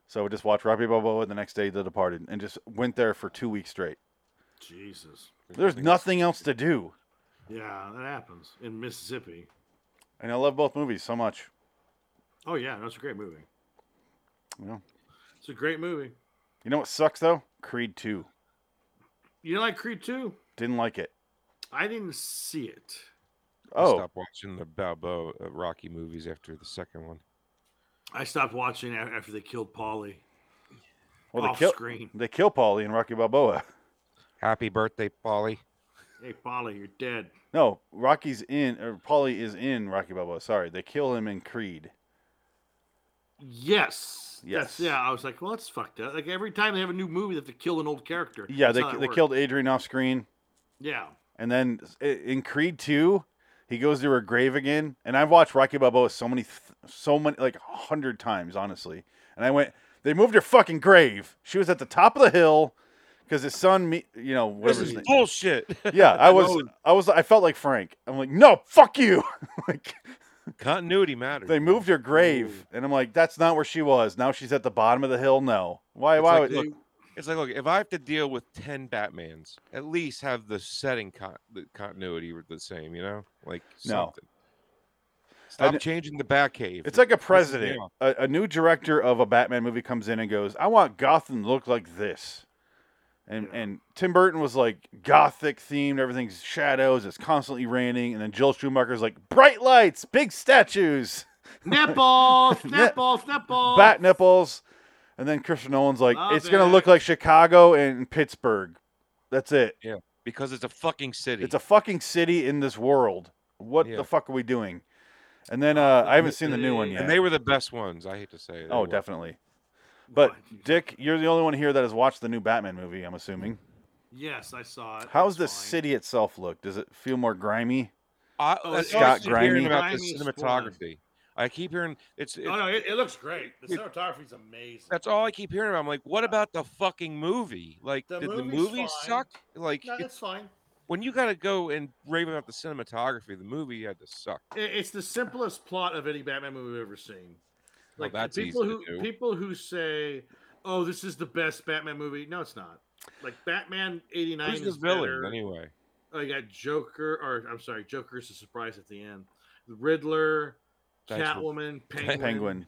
S2: So I would just watch Rocky Balboa the next day, The Departed, and just went there for two weeks straight.
S1: Jesus.
S2: There's
S3: else.
S2: nothing else to do,
S1: Yeah, that happens in Mississippi.
S2: and I love both movies so much.
S1: Oh yeah, that's a great movie.
S2: Yeah.
S1: It's a great movie.
S2: You know what sucks though? Creed Two.
S1: You like Creed 2?
S2: Didn't like it.
S1: I didn't see it.
S3: I
S2: Oh,
S3: stopped watching the Balboa uh, Rocky movies after the second one.
S1: I stopped watching a- after they killed Polly
S2: well they
S1: off
S2: kill
S1: screen.
S2: they kill Paulie in Rocky Balboa.
S3: Happy birthday, Polly.
S1: Hey Polly, you're dead.
S2: No, Rocky's in or Paulie is in Rocky Balboa. Sorry, they kill him in Creed.
S1: Yes.
S2: Yes.
S1: That's, yeah, I was like, well, that's fucked up. Like every time they have a new movie, they have to kill an old character.
S2: Yeah,
S1: That's
S2: they
S1: how it
S2: they
S1: works.
S2: killed Adrian off screen.
S1: Yeah.
S2: And then i- in Creed 2, he goes to her grave again. And I've watched Rocky Balboa so many, th- so many, like a hundred times, honestly. And I went, they moved her fucking grave. She was at the top of the hill because his son, me- you know,
S3: This
S2: whatever.
S3: is
S2: His name.
S3: bullshit.
S2: Yeah, I was, I was, I felt like Frank. I'm like, no, fuck you. like
S3: Continuity matters.
S2: they
S3: man.
S2: moved her grave, and I'm like, that's not where she was. Now she's at the bottom of the hill. No, why?
S3: It's
S2: why?
S3: like,
S2: would-
S3: look, It's like, look, if I have to deal with ten Batmans, at least have the setting con- the continuity with the same. You know, like
S2: No.
S3: something.
S2: kn-
S3: Stop changing the Batcave.
S2: It's like a president,
S3: off.
S2: a, a new director of a Batman movie comes in and goes, "I want Gotham to look like this," and
S1: Yeah.
S2: and Tim Burton was like gothic themed, everything's shadows, it's constantly raining, and then Joel Schumacher's like bright lights, big statues,
S1: Netball,
S2: Net-
S1: netball, netball.
S2: bat nipples, and then Christopher Nolan's like,
S1: Love
S2: "It's gonna look
S1: it.
S2: like Chicago and Pittsburgh." That's it.
S3: because it's a fucking city.
S2: It's a fucking city in this world. What
S3: Yeah.
S2: the fuck are we doing? And then uh, I haven't seen the new one
S1: City.
S2: yet.
S3: and they were the best ones. I hate to say it. they
S2: oh,
S3: were.
S2: definitely. But
S1: What?
S2: Dick, you're the only one here that has watched the new Batman movie. I'm assuming.
S1: Yes, I saw it. It's
S2: How's the
S1: fine.
S2: city itself look? Does it feel more grimy?
S3: I,
S1: Oh,
S3: that's
S1: it's
S3: all I
S2: Scott
S3: keep hearing
S2: Grimy.
S3: about this
S1: Grimy as fuck.
S3: cinematography. I keep hearing it's. it's
S1: Oh no, it, it looks great. The
S3: It-
S1: cinematography's amazing.
S3: that's all I keep hearing about. I'm like, what about the fucking movie? Like,
S1: The
S3: did the
S1: movie's
S3: movie
S1: fine.
S3: suck? Like,
S1: No,
S3: it's
S1: it's fine.
S3: when you gotta go and rave about the cinematography, the movie had to suck.
S1: I- It's the simplest plot of any Batman movie we've ever seen.
S3: Well,
S1: Like the
S3: Oh, that's
S1: people
S3: easy
S1: who
S3: to do.
S1: people who say, "Oh, this is the best Batman movie." No, it's not. Like Batman '89
S3: Who's the
S1: is
S3: villain
S1: better.
S3: anyway?
S1: Oh, you got Joker, or I'm sorry, Joker's a surprise at the end. The Riddler,
S3: That's what-
S1: Catwoman, Penguin,
S2: Penguin.
S3: Penguin.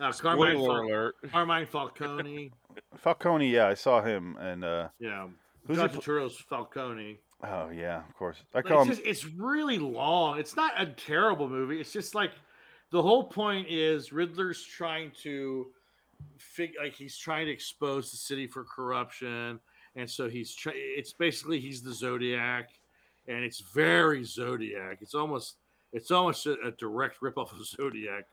S1: uh, Carmine,
S3: Spoiler
S1: Fal-
S3: alert.
S1: Carmine Falcone.
S2: Falcone, yeah, I saw him, and uh,
S1: Yeah,
S2: Who's
S1: John
S2: it-
S1: Turturro's Falcone.
S2: oh yeah, of course. I
S1: Like,
S2: call
S1: it's
S2: him.
S1: just it's really long. It's not a terrible movie. It's just like the whole point is Riddler's trying to fig like he's trying to expose the city for corruption, and so he's try- it's basically he's the Zodiac, and it's very Zodiac. It's almost it's almost a, a direct ripoff of Zodiac.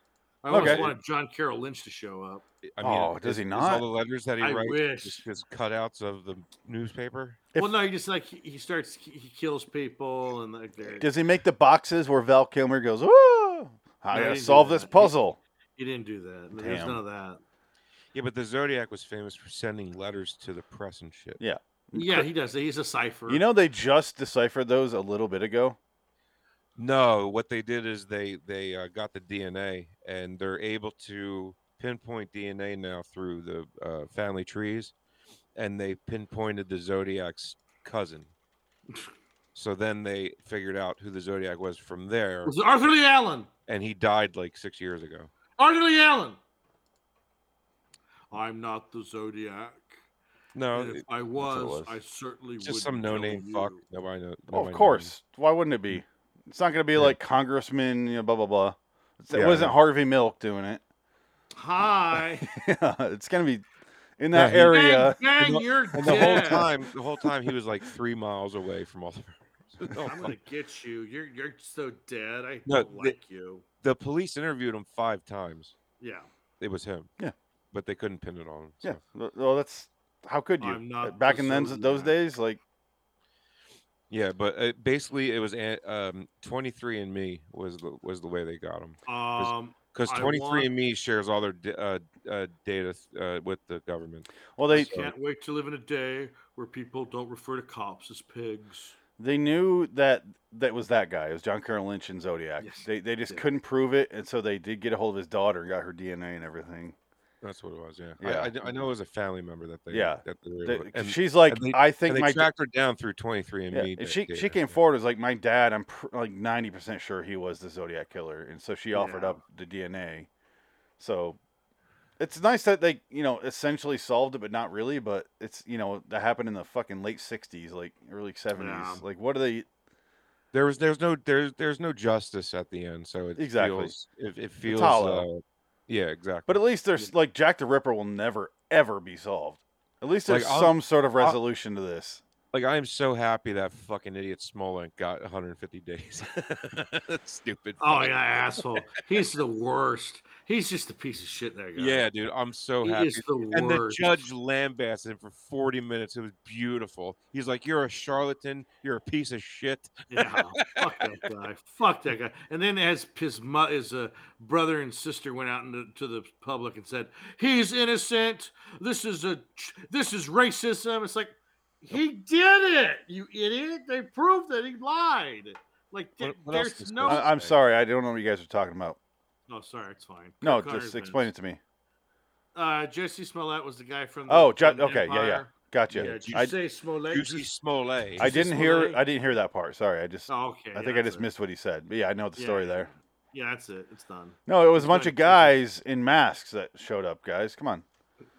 S1: I almost
S2: Okay.
S1: wanted John Carroll Lynch to show up.
S3: I
S2: Oh, does
S3: is-
S2: he
S3: is
S2: not?
S3: All the letters that he
S1: I
S3: writes,
S1: wish.
S3: just his cutouts of the newspaper.
S2: If-
S1: well, no, he just like he, he starts he he kills people and like they're-
S2: Does he make the boxes where Val Kilmer goes? Woo! I
S1: No, he
S2: gotta
S1: didn't do
S2: solve this
S1: that. He-
S2: puzzle.
S1: he didn't do that. There's
S2: Damn.
S1: none of that.
S3: Yeah, but the Zodiac was famous for sending letters to the press and shit.
S2: Yeah.
S1: Yeah, he does. He's a cipher.
S2: You know they just deciphered those a little bit ago.
S3: No, what they did is they they uh, got the DNA and they're able to pinpoint DNA now through the uh, family trees, and they pinpointed the Zodiac's cousin. So then they figured out who the Zodiac was from there,
S1: Was it Arthur Lee Allen.
S3: and he died like six years ago.
S1: Arthur Lee Allen. I'm not the Zodiac.
S3: No,
S1: and
S3: Oh, it-
S1: if I was,
S2: was.
S1: I certainly would.
S3: just some no-name fuck. Nobody knows.
S2: Oh, of course. Why wouldn't it be? It's not going to be
S3: Mm. Yeah.
S2: like Congressman, you know, blah blah blah. It's- It
S3: Yeah, I
S2: wasn't
S3: know.
S2: Harvey Milk doing it.
S1: Hi,
S2: it's going to be in that
S3: he-
S2: area.
S1: gang, gang,
S3: And uh, the-
S1: you're
S3: And the whole
S1: dead.
S3: time, the whole time, he was like three miles away from all the. No,
S1: I'm gonna get you. You're you're so dead. I
S3: Oh, No,
S1: don't
S3: the-
S1: like you.
S3: the police interviewed him five times.
S1: Yeah,
S3: It was him.
S2: Yeah.
S3: But they couldn't pin it on him.
S2: Yeah.
S3: so.
S2: Well, that's how could you?
S1: I'm not
S2: Back
S1: the
S2: in then,
S1: Zodiac.
S2: those days, like
S3: Yeah, but uh basically it was an- um 23 and me was the was the way they got him.
S1: um,
S3: Cuz
S1: I
S3: 23 and me shares all their d- uh, uh, data uh, with the government.
S2: well they
S3: So-
S1: can't wait to live in a day where people don't refer to cops as pigs.
S2: they knew that that was that guy. It was John Carroll Lynch and Zodiac.
S1: Yes.
S2: They they just
S1: Yeah.
S2: couldn't prove it, and so they did get a hold of his daughter and got her DNA and everything.
S3: That's what it was, yeah.
S2: Yeah.
S3: I, I, kn- I know it was a family member that they
S2: Yeah.
S3: that they were
S2: They-
S3: able to- and,
S2: she's like,
S3: and they-
S2: I
S3: and
S2: think
S3: they
S2: my
S3: tracked her down through 23 and
S2: Yeah,
S3: me.
S2: and she she came forward as like my dad. I'm pr- like ninety percent sure he was the Zodiac killer, and so she offered
S1: Yeah.
S2: up the DNA. So it's nice that they you know essentially solved it, but not really. But it's you know that happened in the fucking late '60s, like early '70s.
S1: Yeah.
S2: Like what are they?
S3: There was there's no there's there's no justice at the end, so it
S2: Exactly.
S3: feels it, it feels
S2: hollow.
S3: uh, yeah, exactly.
S2: But at least there's
S1: Yeah.
S2: like Jack the Ripper will never ever be solved. At least
S3: Like,
S2: there's
S3: I'll-
S2: some sort of resolution to this.
S3: Like I am so happy that fucking idiot Smollett got 150 days. That's stupid.
S1: Oh
S3: fuck.
S1: yeah, asshole. He's the worst. He's just a piece of shit. That guy.
S3: yeah, dude. I'm so
S1: he
S3: happy.
S1: is the worst.
S3: and the judge lambasted him for 40 minutes. It was beautiful. He's like, "You're a charlatan. You're a piece of shit."
S1: Yeah, Oh, fuck that guy. Fuck that guy. And then as his mu- his uh, brother and sister went out into to the public and said he's innocent. This is a ch- this is racism. It's like he did it. You idiot. They proved that he lied. Like
S3: What- what else
S1: there's
S3: was
S1: no.
S3: going
S2: I,
S3: on?
S2: I'm
S3: Okay.
S2: sorry, I don't know what you guys are talking about.
S1: oh, sorry, it's fine.
S2: No,
S1: Kirk Connors
S2: just explain
S1: wins.
S2: it to me.
S1: Uh, Jesse Smollett was the guy from. The,
S2: Oh, ju-
S1: from
S2: okay, yeah, yeah.
S1: Empire.
S2: Gotcha.
S1: Yeah, did you
S2: I,
S1: say Smollett?
S3: Juicy Smollett.
S2: I
S1: Is this
S2: didn't
S1: what
S2: hear
S1: I-
S2: I didn't hear that part. Sorry, I just
S1: Oh, okay. yeah,
S2: I think I
S1: that's
S2: just
S1: it.
S2: missed what he said. But yeah, I know the
S1: Yeah,
S2: story
S1: yeah.
S2: there.
S1: Yeah, that's it. It's done.
S2: No, it was a
S1: It's
S2: bunch
S1: like-
S2: of guys in masks that showed up, guys. Come on.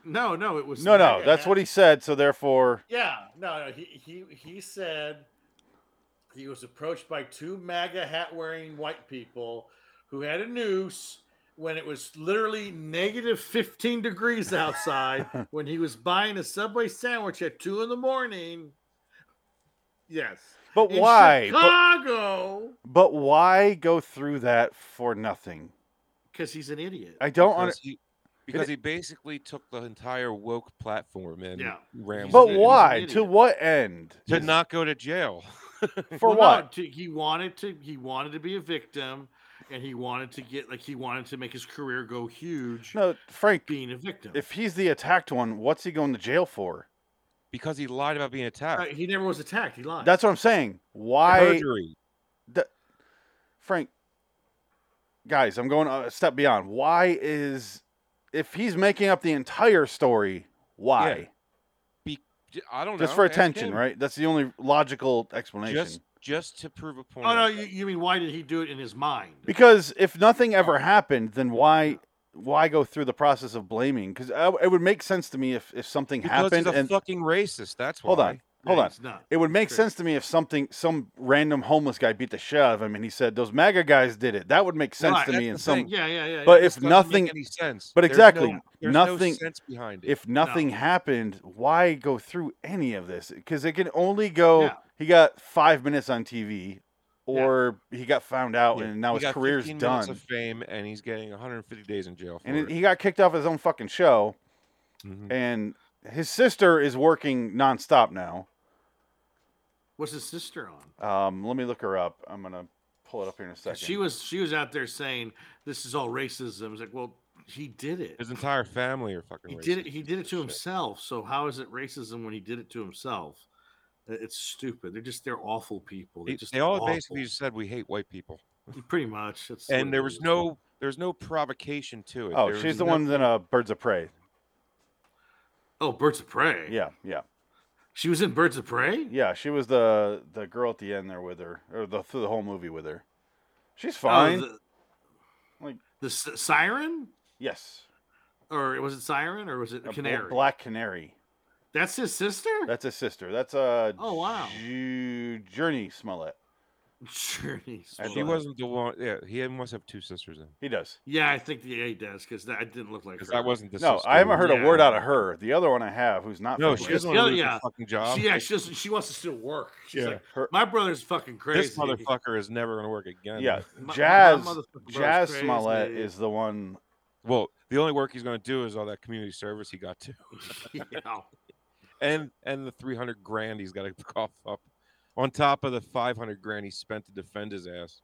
S1: No, no, it was that
S2: No, no,
S1: guy.
S2: that's what he said, so therefore
S1: Yeah, no, no. He he he said he was approached by two MAGA hat wearing white people who had a noose when it was literally negative 15 degrees outside when he was buying a subway sandwich at two in the morning. Yes.
S2: But
S1: In
S2: why? But,
S1: Chicago.
S2: but why go through that for nothing?
S1: Because he's an idiot.
S2: I don't
S3: because
S2: under-
S3: he, because he basically took the entire woke platform and
S1: Yeah.
S3: ran.
S1: he's
S2: But
S1: an
S3: with it.
S2: why? To
S1: idiot.
S2: what end?
S3: To not go to jail.
S2: For
S1: Well, no,
S2: what?
S1: to, he wanted to. He wanted to be a victim, and he wanted to get like he wanted to make his career go huge.
S2: No, Frank,
S1: being a victim.
S2: if he's the attacked one, what's he going to jail for?
S3: because he lied about being attacked.
S1: Right, He never was attacked. He lied.
S2: That's what I'm saying. Why,
S3: Perjury.
S2: Frank? Guys, I'm going a step beyond. Why is if he's making up the entire story? Why?
S3: Yeah, J- I don't know.
S2: Just for
S3: ask
S2: attention,
S3: him.
S2: right? That's the only logical explanation.
S3: Just just to prove a point.
S1: oh no, you, you mean why did he do it in his mind?
S2: Because if nothing ever happened, then why why go through the process of blaming? Because it would make sense to me if if something
S3: because
S2: happened
S3: he's a
S2: and
S3: fucking racist. That's why.
S2: hold on, hold
S1: Yeah,
S2: on.
S1: he's not.
S2: It would make
S1: Sure.
S2: sense to me if something some random homeless guy beat the shit out of him and he said those MAGA guys did it. That would make sense
S1: Right,
S2: to
S3: that's
S2: me in
S3: the
S2: some.
S3: thing.
S1: Yeah, yeah, yeah.
S2: But
S1: yeah.
S2: if
S3: This doesn't
S2: nothing-
S3: make any sense.
S2: but
S3: There's
S2: exactly,
S3: no, there's
S2: nothing-
S3: No sense behind it.
S2: If nothing happened, why go through any of this? Because it can only go.
S1: Yeah.
S2: He got five minutes on TV, or he got found out,
S3: Yeah,
S2: and now
S3: he
S2: his
S3: got
S2: career's
S3: 15 minutes
S2: done.
S3: Of fame, and he's getting 150 days in jail for
S2: and
S3: it.
S2: he got kicked off his own fucking show.
S3: Mhm.
S2: and his sister is working nonstop now.
S1: what's his sister on?
S2: Um, let me look her up. I'm gonna pull it up here in a second.
S1: She was she was out there saying this is all racism. It's like, well, he did it.
S3: His entire family are fucking.
S1: He did it.
S3: racist
S1: He
S3: and
S1: did it to
S3: shit.
S1: himself. So how is it racism when he did it to himself? I- It's stupid. They're just they're awful people. They're
S3: They,
S1: just
S3: they all
S1: awful.
S3: basically just said we hate white people,
S1: pretty much. That's what
S3: and there
S1: it
S3: was
S1: is.
S3: no there was no provocation to it.
S2: oh,
S3: There
S2: she's
S3: was
S2: the
S3: no-
S2: one in uh, Birds of Prey.
S1: oh Birds of Prey.
S2: Yeah, yeah,
S1: she was in Birds of Prey.
S2: yeah. She was the the girl at the end there with her, or the through the whole movie with her. She's
S1: Oh,
S2: fine.
S1: the,
S2: Like-
S1: the s- siren,
S2: yes,
S1: or was it siren, or was it
S2: A bl-
S1: canary?
S2: Black Canary.
S1: That's his sister.
S2: That's his sister. That's uh,
S1: Oh, wow.
S2: Ju- Journey Smollett.
S1: Journey.
S2: And
S3: She
S1: Smollett.
S2: Right.
S3: wasn't the one. Yeah, he must have two sisters in
S2: He does.
S1: Yeah, I think the A does because that didn't look like
S3: because
S1: her.
S3: that wasn't the.
S2: No,
S3: sister.
S2: I haven't heard a
S1: Yeah.
S2: word out of her. The other one I have, who's not.
S3: No,
S2: famous.
S3: she doesn't
S1: Yeah,
S3: want to lose
S1: yeah.
S3: her fucking job.
S1: She, yeah, she doesn't, she wants to still work. She's
S3: Yeah.
S1: like,
S2: Her-
S1: my brother's fucking crazy.
S3: this motherfucker is never going to work again.
S2: yeah,
S1: My- my
S2: Jazz.
S1: motherfucking brother's
S2: Jazz
S1: crazy.
S2: Smollett is the one
S3: Well, the only work he's going to do is all that community service he got to,
S1: yeah.
S3: and and the 300 grand he's got to cough up, on top of the 500 grand he spent to defend his ass.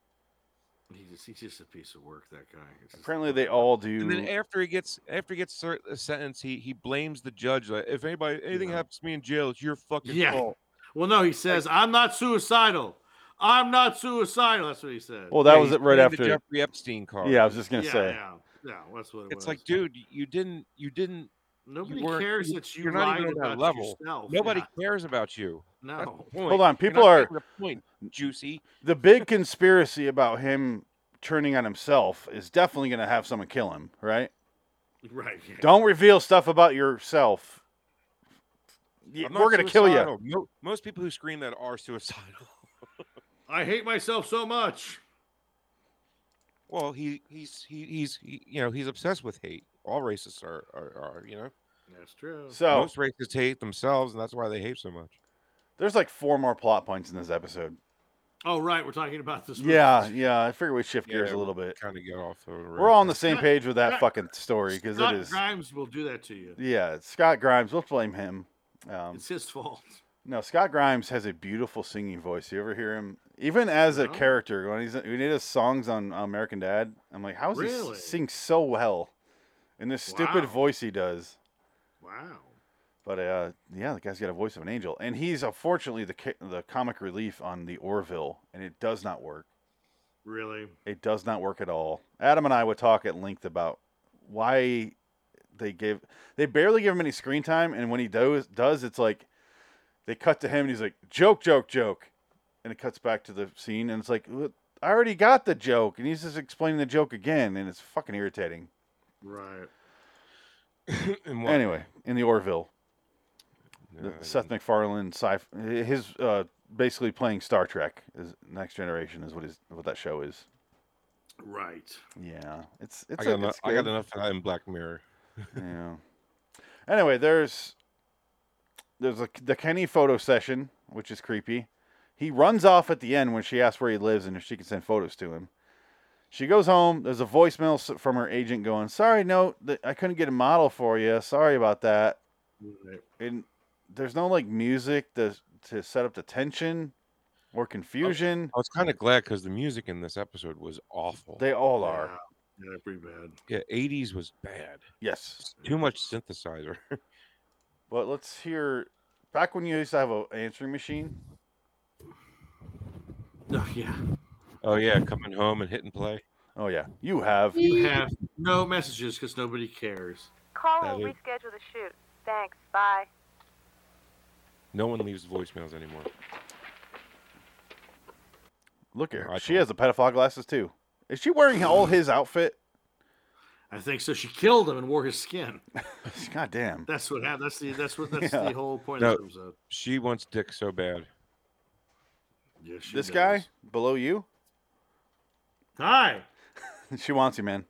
S1: He just, he's just a piece of work, that guy. It's just-
S2: Apparently, they all do.
S3: And then after he gets after he gets cer- a sentence, he he blames the judge. Like, if anybody anything
S1: Yeah.
S3: happens to me in jail, it's your fucking
S1: Yeah.
S3: fault.
S1: Well, no, he says, I'm not suicidal. I'm not suicidal. That's what he said.
S2: well, that
S3: Yeah,
S2: was
S3: he's
S2: it right
S3: playing the
S2: after.
S3: Jeffrey Epstein card.
S2: yeah, I was just gonna
S1: yeah,
S2: say.
S1: yeah. Yeah, that's what it was.
S3: it's like, dude, y- you didn't you didn't
S1: nobody
S3: weren't-
S1: cares
S3: you-
S1: that you
S3: you're not
S1: lied
S3: even on that
S1: about
S3: level.
S1: yourself.
S3: nobody
S1: Yeah, Oh,
S3: cares about you. That's
S1: no.
S3: the point.
S2: Hold on,
S3: You're
S2: people
S3: not
S2: are
S3: making a point, juicy.
S2: the big conspiracy about him turning on himself is definitely gonna have someone kill him, right?
S1: Right. yeah.
S2: Don't reveal stuff about yourself. Y-
S3: I'm not
S2: We're gonna kill you.
S3: suicidal. Mo- most people who scream that are suicidal.
S1: I hate myself so much.
S3: well, he he's he, he's he, you know he's obsessed with hate. All racists are are, are you know
S1: That's true.
S2: So
S3: most racists hate themselves, and that's why they hate so much.
S2: there's like four more plot points in this episode.
S1: oh, right. We're talking about this. movie.
S2: Yeah, yeah. I figure we shift
S3: Yeah,
S2: gears a little bit.
S3: Kind of get off. the
S2: We're all on the same
S1: Scott-
S2: page with that
S1: Scott-
S2: fucking story because
S1: Scott
S2: it is.
S1: Grimes will do that to you.
S2: Yeah, Scott Grimes. Let's blame him. Um,
S1: It's his fault.
S2: No, Scott Grimes has a beautiful singing voice. You ever hear him? Even as a
S1: No.
S2: character, when he's when he does songs on American Dad, I'm like, how is he
S1: Really?
S2: s- sing so well? In this stupid
S1: Wow.
S2: voice he does.
S1: Wow.
S2: But uh, yeah, the guy's got a voice of an angel, and he's unfortunately the ca- the comic relief on the Orville, and it does not work.
S1: Really?
S2: It does not work at all. Adam and I would talk at length about why they give they barely give him any screen time, and when he does does, it's like they cut to him and he's like joke, joke, joke, and it cuts back to the scene, and it's like "Wh- I already got the joke, and he's just explaining the joke again, and it's fucking irritating.
S1: Right.
S3: and what-
S2: Anyway, in the Orville, the
S3: Yeah,
S2: Seth MacFarlane, sci- his uh, basically playing Star Trek is Next Generation is what is what that show is.
S1: Right.
S2: Yeah, it's
S3: I
S2: it's,
S3: got,
S2: a,
S3: enough,
S2: it's
S3: I got
S2: good.
S3: enough of that in Black Mirror.
S2: yeah. Anyway, there's there's a, the Kenny photo session, which is creepy. He runs off at the end when she asks where he lives and if she can send photos to him. She goes home. There's a voicemail s- from her agent going, "Sorry, no, th- I couldn't get a model for you. Sorry about that."
S1: Right.
S2: And there's no like music to to set up the tension or confusion.
S3: I was kind of glad because the music in this episode was awful.
S2: They all are.
S1: Yeah, yeah, pretty bad.
S3: yeah, 80s was bad.
S2: Yes.
S3: Too much synthesizer.
S2: But let's hear Back when you used to have an answering machine,
S1: Oh, yeah.
S3: Oh yeah, coming home and hit and play.
S2: oh yeah, you have.
S1: You have no messages because nobody cares.
S7: Carl will
S3: That is-
S7: reschedule the shoot. Thanks. Bye.
S3: No one leaves voicemails anymore.
S2: Look at
S3: I
S2: her. She
S3: don't-
S2: has the pedophile glasses too. Is she wearing all his outfit?
S1: I think so. She killed him and wore his skin.
S2: God damn.
S1: That's what happened. That's the that's what that's
S2: Yeah.
S1: the whole point
S3: No.
S1: of the episode.
S3: She wants dick so bad.
S1: Yeah, she
S2: This
S1: does.
S2: guy below you,
S1: Hi,
S2: she wants you, man.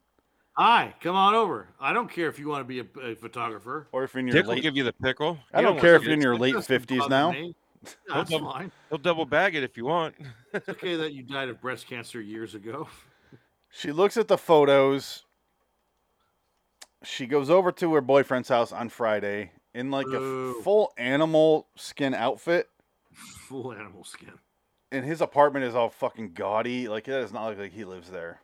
S1: hi, come on over. I don't care if you want to be a, a photographer.
S2: Or if you're in your
S3: Dick will
S2: late,
S3: give you the pickle.
S2: I
S3: You
S2: don't
S3: want
S2: care if
S3: to-
S2: you're in your
S1: It
S2: late
S1: doesn't
S2: fifties
S1: bother
S2: now.
S1: me. Yeah, that's
S3: Hold
S1: fine.
S3: He'll double bag it if you want.
S1: It's okay that you died of breast cancer years ago.
S2: She looks at the photos. She goes over to her boyfriend's house on Friday in like a
S1: Boo.
S2: f- full animal skin outfit,
S1: Full animal skin.
S2: and his apartment is all fucking gaudy. Like it does not look like he lives there.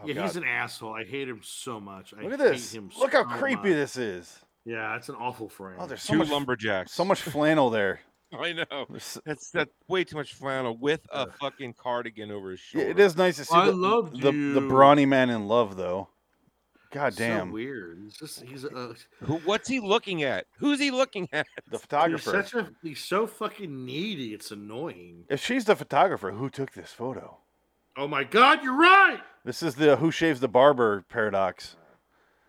S2: Oh,
S1: yeah, he's
S2: God.
S1: an asshole. I hate him so much. I
S2: Look at
S1: hate
S2: this.
S1: Him
S2: Look how
S1: so
S2: creepy
S1: much.
S2: this is.
S1: Yeah, it's an awful frame.
S2: Oh, there's so
S3: Two
S2: much,
S3: lumberjacks.
S2: so much flannel there.
S3: I know.
S2: There's-
S3: That's that's way too much flannel with a
S1: Ugh.
S3: fucking cardigan over his
S2: Yeah,
S3: shoulder.
S2: it is nice to see
S1: I
S2: the,
S1: love
S2: the, the
S1: you.
S2: brawny man in love though. God
S1: It's
S2: damn,
S1: So weird. He's just he's a
S3: Who, what's he looking at? Who's he looking at?
S2: the
S1: he's
S2: photographer.
S1: such a he's so fucking needy. It's annoying.
S2: If she's the photographer, who took this photo?
S1: Oh my god, you're right.
S2: This is the who shaves the barber paradox.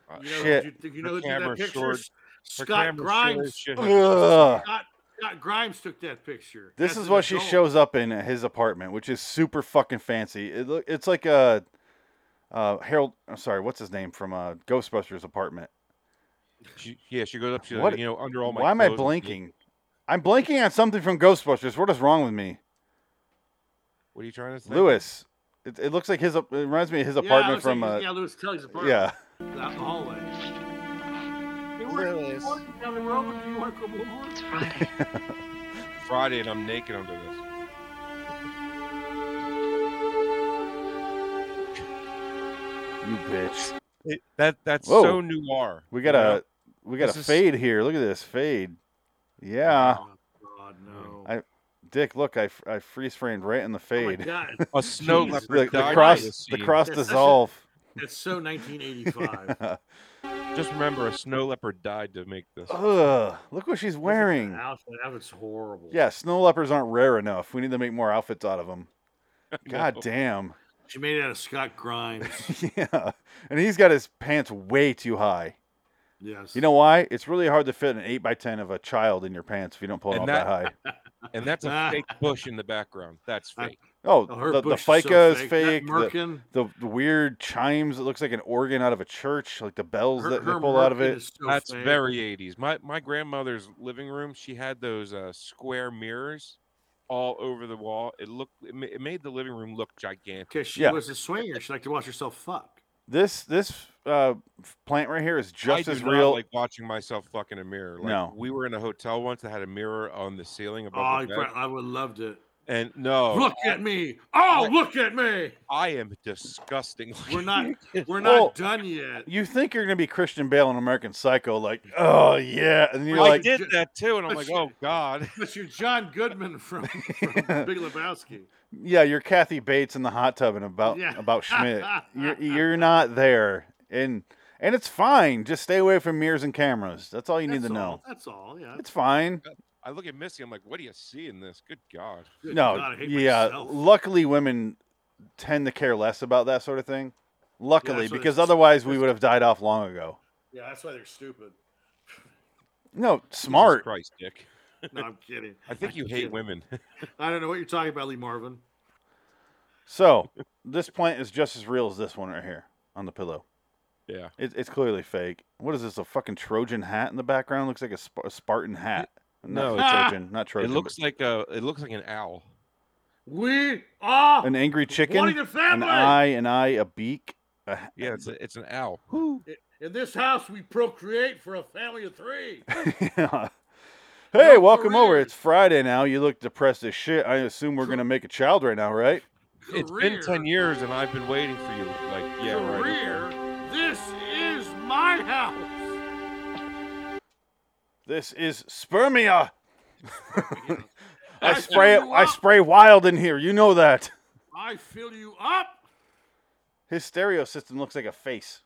S3: Uh,
S1: You know,
S2: Oh, Shit.
S1: Who, did- you
S3: Her
S1: know who did
S3: camera
S1: that picture?
S3: shored- Her
S1: Scott
S3: camera
S1: Grimes.
S3: shows you-
S2: Ugh.
S1: Scott, Scott Grimes took that picture.
S2: This
S1: That's
S2: is
S1: an
S2: what she
S1: adult.
S2: shows up in at his apartment, which is super fucking fancy. It look, it's like a uh, Harold. I'm sorry, what's his name from uh, Ghostbusters apartment?
S3: She, yeah, she goes up. She's
S2: What-
S3: like, you know, under all my.
S2: Why am I
S3: clothes and shit."
S2: blinking? I'm blinking on something from Ghostbusters. What is wrong with me,
S3: What are you trying to say?
S2: Lewis? It, it looks like his. ap- It reminds me of his
S1: Yeah, it
S2: apartment
S1: looks
S2: from.
S1: like,
S2: uh,
S1: he's- yeah, Louis Kelly's apartment.
S2: yeah.
S1: out in the hallway. Hey, where are you walking down the road? Do you want to come over?
S5: It's Friday.
S3: Friday, and I'm naked under this.
S2: You bitch.
S3: that that's
S2: Whoa.
S3: so noir.
S2: We
S3: you
S2: got
S3: know?
S2: a we got
S3: This
S2: a
S3: is-
S2: fade here. Look at this fade. Yeah,
S1: Oh, God, no.
S2: I Dick. Look, I, f- I freeze framed right in the
S1: oh my
S2: fade.
S1: God, Oh,
S3: a snow
S1: Jeez.
S3: leopard.
S2: the, the
S3: died
S2: cross
S3: in this
S2: the
S3: scene.
S2: cross
S1: That's such a-
S2: dissolve.
S1: that's so 1985.
S3: Just remember, a snow leopard died to make this.
S2: Oh, Ugh! Look what she's wearing.
S1: That outfit, that was horrible.
S2: Yeah, snow leopards aren't rare enough. We need to make more outfits out of them. God
S3: No.
S2: damn.
S1: she made it out of Scott Grimes.
S2: yeah, and he's got his pants way too high.
S1: yes,
S2: You know why? It's really hard to fit an eight by ten of a child in your pants if you don't pull it
S3: And
S2: off that high.
S3: that- And that's a
S1: Ah.
S3: fake bush in the background. That's
S1: I-
S3: fake.
S2: Oh,
S1: Oh, her
S2: the, the
S1: bush is so
S2: FICA is
S1: fake.
S2: fake.
S1: That
S2: the-
S1: Merkin,
S2: the the weird chimes. It looks like an organ out of a church, like the bells
S1: her,
S2: that
S1: her
S2: ripple out of
S1: Merkin
S2: it.
S1: is so
S3: that's
S1: fake.
S3: very 80s. My my grandmother's living room, she had those uh, square mirrors all over the wall. It looked it, ma- it made the living room look gigantic.
S1: because she
S2: Yeah.
S1: was a swinger. She liked to watch herself fuck.
S2: This this uh, f- plant right here is just
S3: I do
S2: as
S3: not
S2: real.
S3: like watching myself fuck in a mirror. Like,
S2: No.
S3: we were in a hotel once that had a mirror on the ceiling
S1: Oh,
S3: above
S1: I,
S3: the bed,
S1: I would have loved it.
S3: and no,
S1: look at me! Oh,
S3: I-
S1: look at me!
S3: I am disgusting.
S1: We're not, we're not
S2: Well,
S1: done yet.
S2: you think you're gonna be Christian Bale in American Psycho, like oh yeah, and then you're
S3: I
S2: like
S3: did
S1: ju-
S3: that too, and I'm
S1: but
S3: like,
S1: you-
S3: oh god.
S1: But you're John Goodman from, from Big Lebowski.
S2: yeah, you're Kathy Bates in the hot tub and about
S1: Yeah.
S2: about Schmidt. you're you're not there, and and it's fine. Just stay away from mirrors and cameras. That's all you need
S1: That's
S2: to
S1: all,
S2: know.
S1: That's all. Yeah.
S2: It's fine.
S3: I look at Missy. I'm like, what do you see in this? Good god.
S1: Good
S2: no,
S1: God, I hate
S2: yeah.
S1: myself.
S2: Luckily, women tend to care less about that sort of thing. Luckily,
S1: so
S2: because
S1: it's-
S2: otherwise we
S1: it's-
S2: would have died off long ago.
S1: yeah, that's why they're stupid.
S2: No,
S3: Jesus
S2: smart.
S3: Christ, Dick.
S1: No, I'm kidding.
S3: I think you hate
S1: kid.
S3: women.
S1: I don't know what you're talking about, Lee Marvin.
S2: So this plant is just as real as this one right here on the pillow.
S3: yeah.
S2: It, it's clearly fake. What is this? A fucking Trojan hat in the background? Looks like a, Sp- a Spartan hat.
S3: No,
S2: No,
S1: it's a-
S2: Trojan, not Trojan.
S3: It
S2: but
S3: looks like a. It looks like an owl.
S1: We are
S2: an angry
S1: wanting
S2: chicken,
S1: the
S2: an
S1: family.
S2: eye, an eye, a beak. A, ha-
S3: Yeah, it's a, it's an owl. Whoo.
S1: In this house, we procreate for a family of three.
S2: Yeah. Hey,
S1: No
S2: welcome over.
S1: careers.
S2: It's Friday now. You look depressed as shit. I assume we're gonna make a child right now, right?
S3: It's been
S1: Career.
S3: ten years, and I've been waiting for you. Like, yeah, right. okay.
S1: Career. This is my house.
S2: This is spermia. I spray
S1: fill you
S2: I
S1: up.
S2: spray wild in here. You know that.
S1: I fill you up.
S2: His stereo system looks like a face.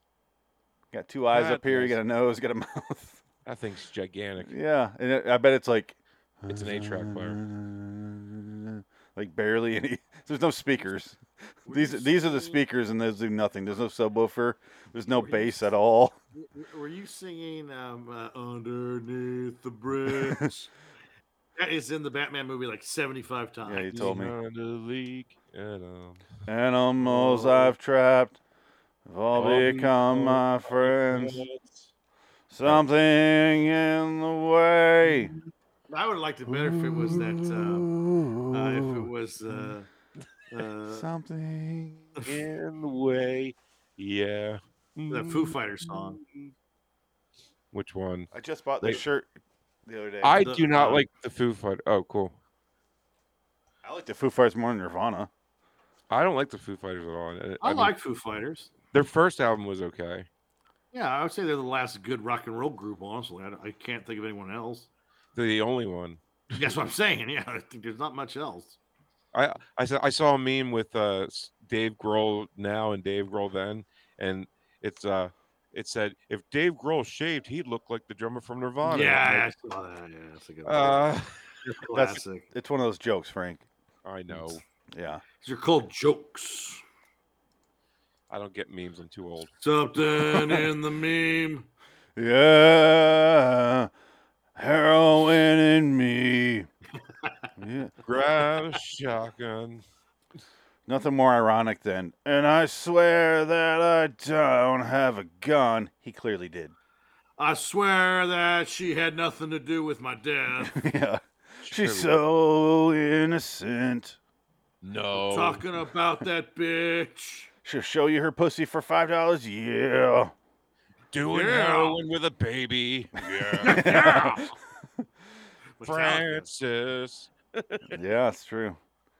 S2: Got two eyes
S3: Yeah,
S2: up here. You
S3: it
S2: got a nose. Got a mouth.
S3: That thing's gigantic.
S2: yeah, and it, I bet it's like
S3: It's an eight-track
S2: player. Like barely any. There's no speakers.
S1: We're
S2: These
S1: just
S2: these are the
S1: singing-
S2: speakers, and those do nothing. There's no subwoofer. There's no
S1: Were you-
S2: bass at all.
S1: Were- Were you singing um, uh, "Underneath the Bridge"? that is in the Batman movie like seventy-five times.
S2: Yeah, you told me.
S3: Beyond the leak and, um,
S2: Animals
S1: Oh.
S2: I've trapped have all
S3: All
S2: become
S3: become
S2: my friends. Something in the way.
S1: I would have liked it better if it was that. Uh, uh, if it was. Uh, uh,
S2: something.
S3: in the way. Yeah.
S1: the Foo Fighters song.
S3: Which one?
S2: I just bought this
S3: Wait.
S2: shirt the other day.
S3: I
S1: the-
S3: do not
S1: uh,
S3: like the Foo Fighter. Oh, cool.
S2: I like the Foo Fighters more than Nirvana.
S3: I don't like the Foo Fighters at all. and, uh,
S1: I,
S3: mean,
S1: like Foo Fighters.
S3: their first album was okay.
S1: Yeah, I would say they're the last good rock and roll group. Honestly, I, don't- I can't think of anyone else.
S3: They're the only one.
S1: That's what I'm saying. Yeah, I think there's not much else.
S3: I I saw I saw a meme with uh s- Dave Grohl now and Dave Grohl then, and it's uh it said if Dave Grohl shaved, he'd look like the drummer from Nirvana.
S1: Yeah, I saw that. Yeah, that's a good
S3: Like, uh,
S1: one.
S2: that's-
S1: classic.
S2: It's one of those jokes, Frank.
S3: I know.
S2: Yeah.
S1: These are called jokes.
S3: I don't get memes. I'm too old.
S1: Something in the meme.
S2: Yeah. Heroin in me. yeah.
S3: Grab a shotgun.
S2: Nothing more ironic than, and I swear that I don't have a gun. He clearly did.
S1: I swear that she had nothing to do with my death.
S2: yeah. She's
S3: Sure.
S2: so innocent.
S3: no.
S1: Talking about that bitch.
S2: She'll show you her pussy for $5. Yeah.
S3: doing
S1: Yeah.
S3: heroin with a baby. Yeah.
S1: Yeah. Metallica.
S3: Francis.
S2: yeah, it's true.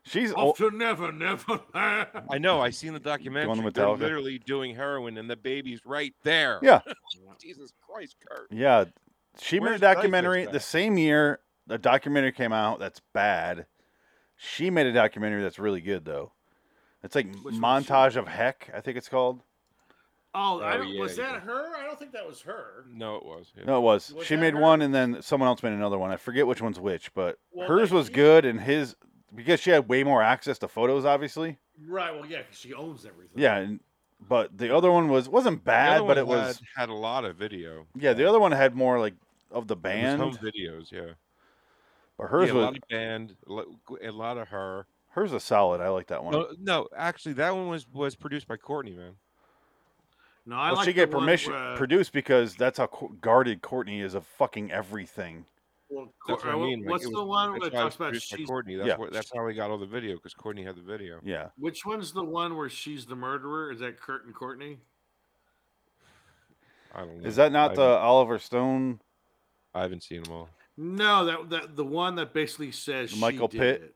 S2: She's
S1: Off
S2: old.
S1: to never, never. Land.
S3: I know. I seen the documentary. They're
S2: Metallica?
S3: literally doing heroin, and the baby's right there.
S2: Yeah.
S3: Jesus Christ, Kurt.
S2: Yeah. She
S3: Where's
S2: made a documentary
S3: Dyke's
S2: the
S3: at?
S2: same year the documentary came out that's bad. She made a documentary that's really good, though. It's like
S1: Which one's she?
S2: Montage of Heck, I think it's called.
S1: Oh, I
S3: Oh,
S1: don't,
S3: yeah,
S1: was
S3: yeah.
S1: that her? I don't think that was her.
S3: No, it was. yeah.
S2: No, it was.
S1: Was
S2: she
S1: that
S2: made
S1: her?
S2: one, and then someone else made another one. I forget which one's which, but
S1: Well,
S2: hers
S1: they-
S2: was good, and his because she had way more access to photos, obviously.
S1: Right. Well, yeah, 'cause she owns everything.
S2: Yeah, and, but the other one was wasn't
S3: The other
S2: bad, but
S3: one
S2: it was
S3: had, had a lot of video. um,
S2: yeah. The other one had more like of the
S3: It was
S2: band,
S3: home videos. Yeah,
S2: but hers
S3: yeah a
S2: was
S3: lot of band, a lo- a lot of her.
S2: hers was solid. I like that one.
S3: No, no, actually, that one was was produced by Courtney, man.
S1: No, I
S2: well,
S1: like
S2: she
S1: the
S2: gave
S1: one
S2: permission
S1: where-
S2: produced because that's how co- guarded Courtney is of fucking everything.
S1: well,
S3: That's what I
S1: uh,
S3: mean. like,
S1: what's
S3: it was-
S1: the one
S3: that's
S1: that
S3: why it
S1: talks
S3: was
S1: about
S3: produced by
S1: she's
S3: Courtney? That's
S2: Yeah.
S3: what, that's how we got all the video because Courtney had the video.
S2: Yeah,
S1: Which one's the one where she's the murderer? Is that Kurt and Courtney?
S3: I don't know.
S2: is that not
S3: I
S2: the
S3: haven't-
S2: Oliver Stone?
S3: I haven't seen them all.
S1: No, that that the one that basically says she
S2: Michael
S1: did
S2: Pitt?
S1: it.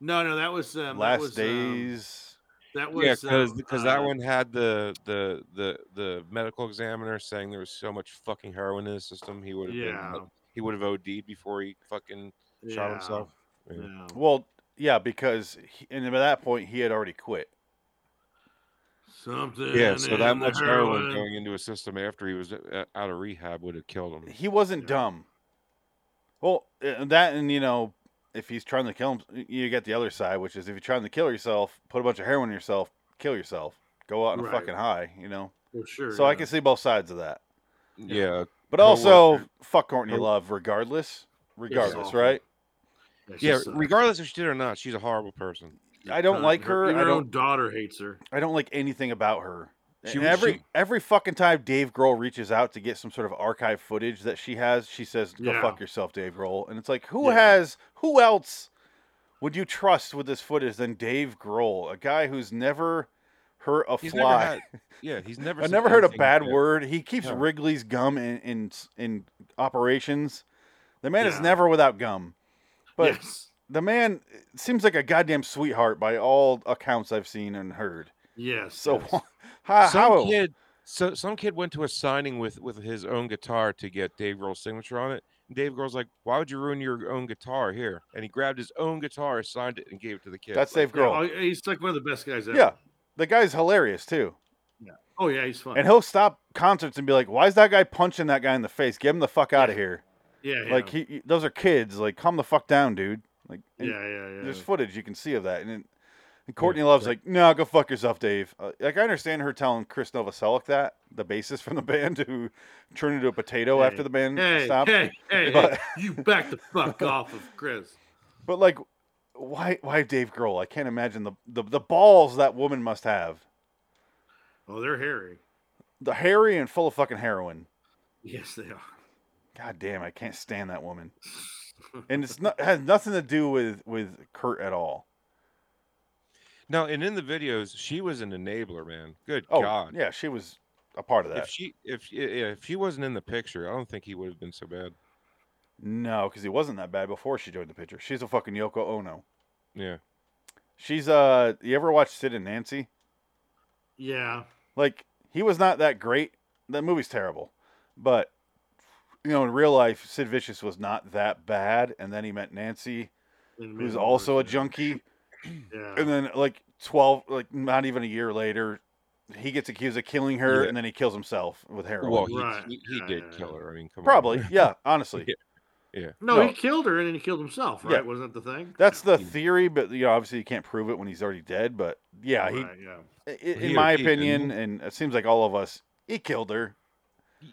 S1: No, no, that was um,
S2: Last
S1: that was, um,
S2: Days.
S1: that was
S3: Yeah, because
S1: um,
S3: because that
S1: uh,
S3: one had the the the the medical examiner saying there was so much fucking heroin in his system he would have
S1: Yeah,
S3: been he would have OD'd before he fucking shot
S1: yeah,
S3: himself.
S1: Yeah.
S3: Yeah.
S2: Well, yeah, because he, and by that point he had already quit.
S1: Something.
S3: Yeah, so that
S1: in the
S3: much heroin
S1: heroin.
S3: going into his system after he was uh, out of rehab would have killed him.
S2: He wasn't
S1: Yeah.
S2: dumb. Well, uh, that and you know, if he's trying to kill him, you get the other side, which is if you're trying to kill yourself, put a bunch of heroin in yourself, kill yourself, go out on
S1: Right.
S2: a fucking high, you know.
S1: For sure.
S2: so I
S1: yeah.
S2: can see both sides of that.
S3: Yeah,
S2: But
S3: Pro
S2: also,
S3: worker.
S2: fuck Courtney
S3: Pro-
S2: Love, regardless, regardless,
S1: awful.
S2: right?
S1: Yeah, she
S3: yeah.
S2: uh,
S1: sucks.
S3: Regardless if she did or not, she's a horrible person.
S2: I don't
S1: Uh,
S2: like her.
S1: even
S2: I
S1: own
S2: don't.
S1: daughter hates her.
S2: I don't like anything about her.
S3: She
S2: And
S3: was-
S2: every
S3: she-
S2: every fucking time Dave Grohl reaches out to get some sort of archive footage that she has, she says, "Go
S1: Yeah.
S2: fuck yourself, Dave Grohl." And it's like, who
S1: Yeah.
S2: has? Who else would you trust with this footage than Dave Grohl, a guy who's never hurt a
S3: He's never
S2: fly?
S3: had. Yeah, he's never.
S2: I
S3: said
S2: never heard a
S3: anything
S2: bad
S3: that-
S2: word. He keeps
S3: Yeah.
S2: Wrigley's gum in in, in operations. The man is
S1: Yeah.
S2: never without gum. But
S1: yes.
S2: the man eh, seems like a goddamn sweetheart by all accounts I've seen and heard.
S1: Yes.
S2: So
S1: yes.
S2: how,
S3: Some
S2: how
S3: kid, So some kid went to a signing with with his own guitar to get Dave Grohl's signature on it. And Dave Grohl's like, "Why would you ruin your own guitar here?" And he grabbed his own guitar, signed it, and gave it to the kid.
S2: That's Dave Grohl.
S1: Yeah, oh, he's like one of the best guys ever.
S2: Yeah, the guy's hilarious too,
S1: Oh yeah, he's fun.
S2: and he'll stop concerts and be like, "Why is that guy punching that guy in the face? Get him the fuck out of here!"
S1: yeah, yeah.
S2: Like he, he- those are kids. Like, calm the fuck down, dude. Like,
S1: yeah,
S2: and
S1: yeah, yeah.
S2: there's footage you can see of that, and, it- and Courtney Love's like, "No, go fuck yourself, Dave." Uh, like, I understand her telling Chris Novoselic that the bassist from the band who turned into a potato after
S1: Hey,
S2: the band
S1: hey,
S2: stopped.
S1: hey, hey,
S2: But-
S1: hey, you back the fuck off of Chris.
S2: But like, why, why Dave Grohl? I can't imagine the, the the balls that woman must have.
S1: Oh, they're hairy.
S2: The hairy and full of fucking heroin.
S1: Yes, they are.
S2: God damn, I can't stand that woman. And it's not has nothing to do with with Kurt at all.
S3: No, and in the videos, she was an enabler, man. Good
S2: Oh,
S3: God.
S2: yeah, she was a part of that.
S3: If she if yeah, if she wasn't in the picture, I don't think he would have been so bad.
S2: No, because he wasn't that bad before she joined the picture. She's a fucking Yoko Ono.
S3: Yeah.
S2: She's uh, you ever watch Sid and Nancy?
S1: Yeah,
S2: Like he was not that great. That movie's terrible, but you know, in real life, Sid Vicious was not that bad. And then he met Nancy,
S1: and
S2: who's
S1: Minnie
S2: also a
S1: Mouse,
S2: junkie.
S1: Yeah,
S2: And then like twelve, like not even a year later, he gets accused of killing her,
S3: Yeah.
S2: and then he kills himself with heroin.
S3: Well, he,
S1: Right.
S3: he, he
S1: Yeah,
S3: did
S1: yeah,
S3: kill
S1: yeah.
S3: her. I mean, come on.
S2: Probably, yeah. Honestly,
S3: Yeah.
S1: no,
S2: no.
S1: he killed her and then he killed himself.
S2: Yeah.
S1: Right? Wasn't that the thing?
S2: that's the theory, but you know, obviously, you can't prove it when he's already dead. But yeah, he,
S1: Right, yeah.
S2: i- in,
S3: He or
S2: my
S3: she didn't.
S2: opinion, and it seems like all of us, he killed her.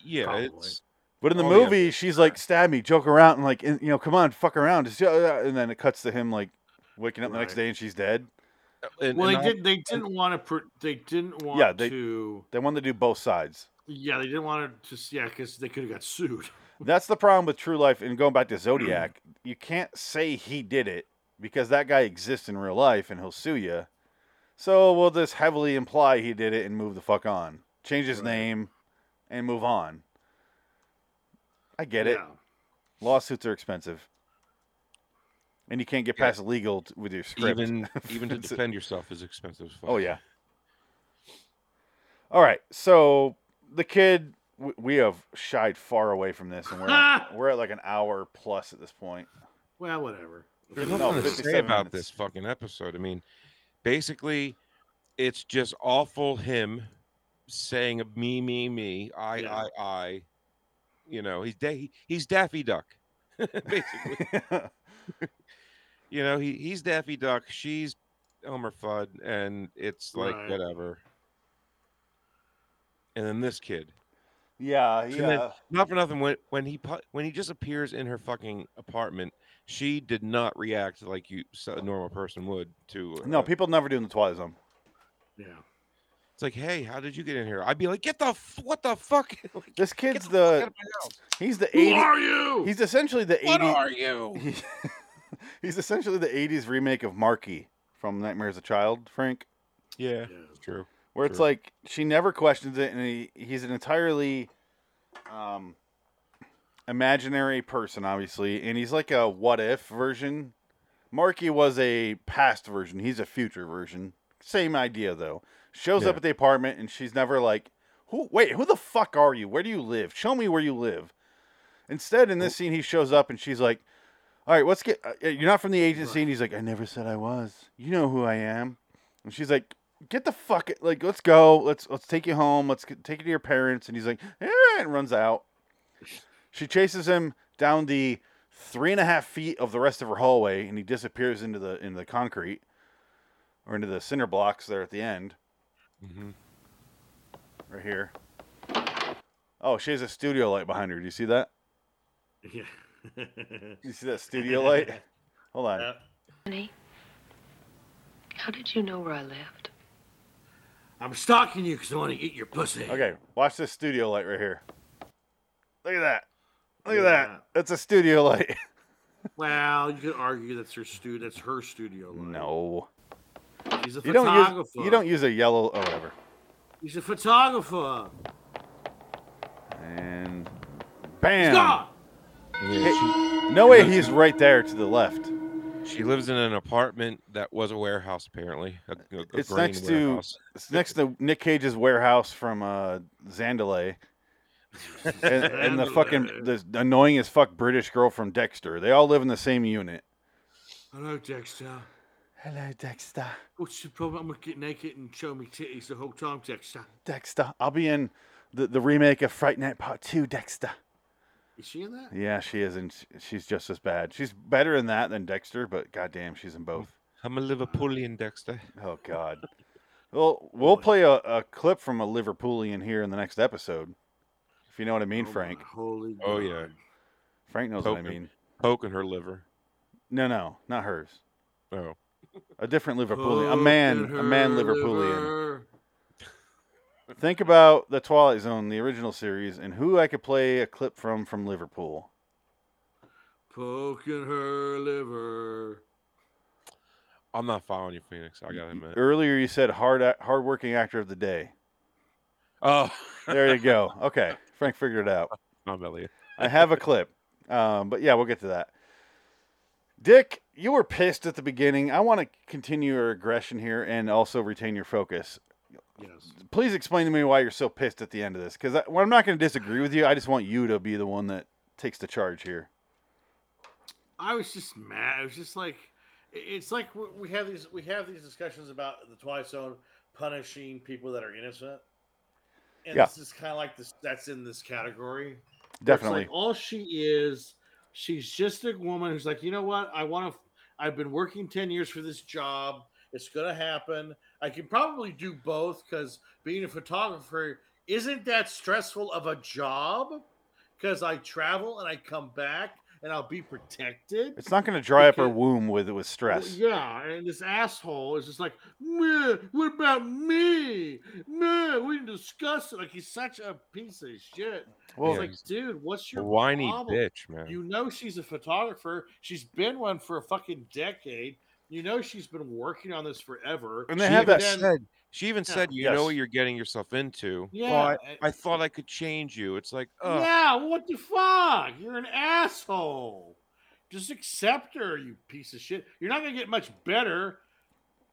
S3: Yeah,
S1: Probably.
S3: it's
S2: But in the
S3: Oh, yeah.
S2: movie, she's like, stab me, joke around, and like, and, you know, come on, fuck around, just, uh, and then it cuts to him like waking up the next
S1: Right.
S2: day and she's dead.
S3: uh, and,
S1: well,
S3: and
S1: they
S3: I-
S1: did. They didn't want to. Pr- they didn't want
S2: Yeah, they-
S1: to.
S2: They wanted to do both sides.
S1: Yeah, they didn't want to. Just yeah, because they could have got sued.
S2: That's the problem with True Life. And going back to Zodiac, you can't say he did it because that guy exists in real life and he'll sue you. So we'll just heavily imply he did it and move the fuck on. Change his name and move on. I get it.
S1: Yeah.
S2: Lawsuits are expensive. And you can't get
S3: Yeah.
S2: past legal t- with your script.
S3: even even to
S2: It's-
S3: defend yourself is expensive. as fuck.
S2: Oh yeah. All right, so the kid, we, we have shied far away from this, and we're at, we're at like an hour plus at this point.
S1: Well, whatever.
S3: There's
S2: No,
S3: nothing to say
S2: 57
S3: about
S2: minutes.
S3: this fucking episode. I mean, basically, it's just awful him saying a me, me, me, I,
S1: Yeah.
S3: I, I. You know, he's da- he, he's Daffy Duck, basically. you know, he, he's Daffy Duck. She's Elmer Fudd, and it's like
S1: Right.
S3: whatever. And then this kid,
S2: yeah,
S3: then-
S2: yeah.
S3: not for nothing, when when he pu- when he just appears in her fucking apartment, she did not react like you s- a normal person would to.
S2: No,
S3: uh,
S2: people never do in the Twilight Zone.
S1: Yeah.
S3: it's like, hey, how did you get in here? I'd be like, get the f- what the fuck? Like,
S2: This kid's
S3: fuck
S2: the
S3: out of my house.
S2: he's the
S1: Who
S2: eighty.
S1: are you?
S2: He's essentially the
S3: What
S2: eighty.
S3: are you?
S2: He's essentially the eighties remake of Marky from Nightmare as a Child, Frank.
S3: Yeah,
S1: Yeah.
S3: it's true.
S2: where it's
S3: Sure.
S2: like she never questions it, and he, he's an entirely um, imaginary person, obviously, and he's like a what if version. Marky was a past version; he's a future version. Same idea though. Shows up
S3: Yeah.
S2: at the apartment, and she's never like, "Who? Wait, who the fuck are you? Where do you live? Show me where you live." Instead, in this scene, he shows up, and she's like. All right, let's get. Uh, you're not from the agency, and he's like, "I never said I was. You know who I am." And she's like, get the fuck like let's go let's let's take you home let's get, take you to your parents and he's like eh, and runs out she chases him down the three and a half feet of the rest of her hallway and he disappears into the into the concrete or into the cinder blocks there at the end
S3: hmm
S2: right here oh she has a studio light behind her do you see that
S1: Yeah.
S2: you see that studio light hold on
S1: Yeah.
S8: Honey, how did you know where I lived?
S1: I'm stalking you because I want to eat your pussy.
S2: okay watch this studio light right here look at that look
S1: Yeah.
S2: at that that's a studio light
S1: Well, you could argue that's her stu. That's her studio line.
S2: no
S1: He's a photographer.
S2: You don't use you don't use a yellow oh whatever.
S1: He's a photographer.
S2: And
S1: He's
S2: bam.
S1: gone.
S3: Yeah,
S2: No way he's right there to the left.
S3: she, She lives in an apartment that was a warehouse, apparently. A, a- a
S2: It's
S3: grain
S2: next to-
S3: warehouse.
S2: It's next to Nick Cage's warehouse from uh, Zandalay, and, and the fucking the annoying as fuck British girl from Dexter. They all live in the same unit.
S1: Hello, Dexter.
S2: Hello, Dexter.
S1: What's the problem? I'm gonna get naked and show me titties the whole time, Dexter.
S2: Dexter. I'll be in the, the remake of Fright Night Part Two. Dexter.
S1: Is she in that?
S2: Yeah, she is, and sh- she's just as bad. She's better in that than Dexter, but goddamn, she's in both.
S3: I'm a Liverpoolian, Dexter.
S2: Oh God. Well, we'll play a, a clip from a Liverpoolian here in the next episode, if you know what I mean,
S1: Oh my
S2: Frank.
S1: Holy.
S3: Oh, yeah.
S1: God.
S2: Frank knows what I
S3: Poker.
S2: mean.
S3: Poking her liver.
S2: No, no, not hers.
S3: Oh.
S2: A different Liverpoolian, a
S1: Poke
S2: man,
S1: at
S2: a man
S1: her
S2: Liverpoolian.
S1: liver.
S2: Think about the Twilight Zone, the original series, and who I could play a clip from from Liverpool.
S1: Poking her liver.
S3: I'm not following you, Phoenix. I gotta admit.
S2: Earlier, you said hard ac- hardworking actor of the day.
S3: Oh,
S2: There you go. Okay, Frank figured it out.
S3: I'm Elliot.
S2: I have a clip. Um, but yeah, we'll get to that. Dick, you were pissed at the beginning. I want to continue your aggression here and also retain your focus.
S1: Yes.
S2: Please explain to me why you're so pissed at the end of this. Because well, I'm not going to disagree with you. I just want you to be the one that takes the charge here.
S1: I was just mad. I was just like, i- it's like we- we have these we have these discussions about the Twilight Zone punishing people that are innocent, and
S2: Yeah.
S1: this is kind of like this. That's in this category. where it's
S2: Definitely.
S1: Like all she is, she's just a woman who's like, you know what? I want to. I've been working ten years for this job. It's gonna happen. I can probably do both because being a photographer isn't that stressful of a job. Because I travel and I come back and I'll be protected.
S2: It's not going to dry up her
S1: Okay.
S2: womb with with
S1: Well,
S2: stress.
S1: yeah, and this asshole is just like, "Meh, what about me? Meh, we didn't discuss it. Like he's such a piece of shit.
S2: Well,
S1: it's like, dude, what's your
S3: Whiny
S1: problem?
S3: bitch, man.
S1: You know she's a photographer. She's been one for a fucking decade. You know she's been working on this forever.
S2: And they
S3: She
S2: have
S3: even
S2: that-
S3: said- she even
S1: Yeah.
S3: said, "You
S2: Yes.
S3: know what you're getting yourself into."
S1: Yeah.
S3: Well,
S1: and-
S3: I, I thought I could change you. It's like,
S2: uh.
S3: oh,
S1: Yeah, what the fuck? You're an asshole. Just accept her, you piece of shit. You're not gonna get much better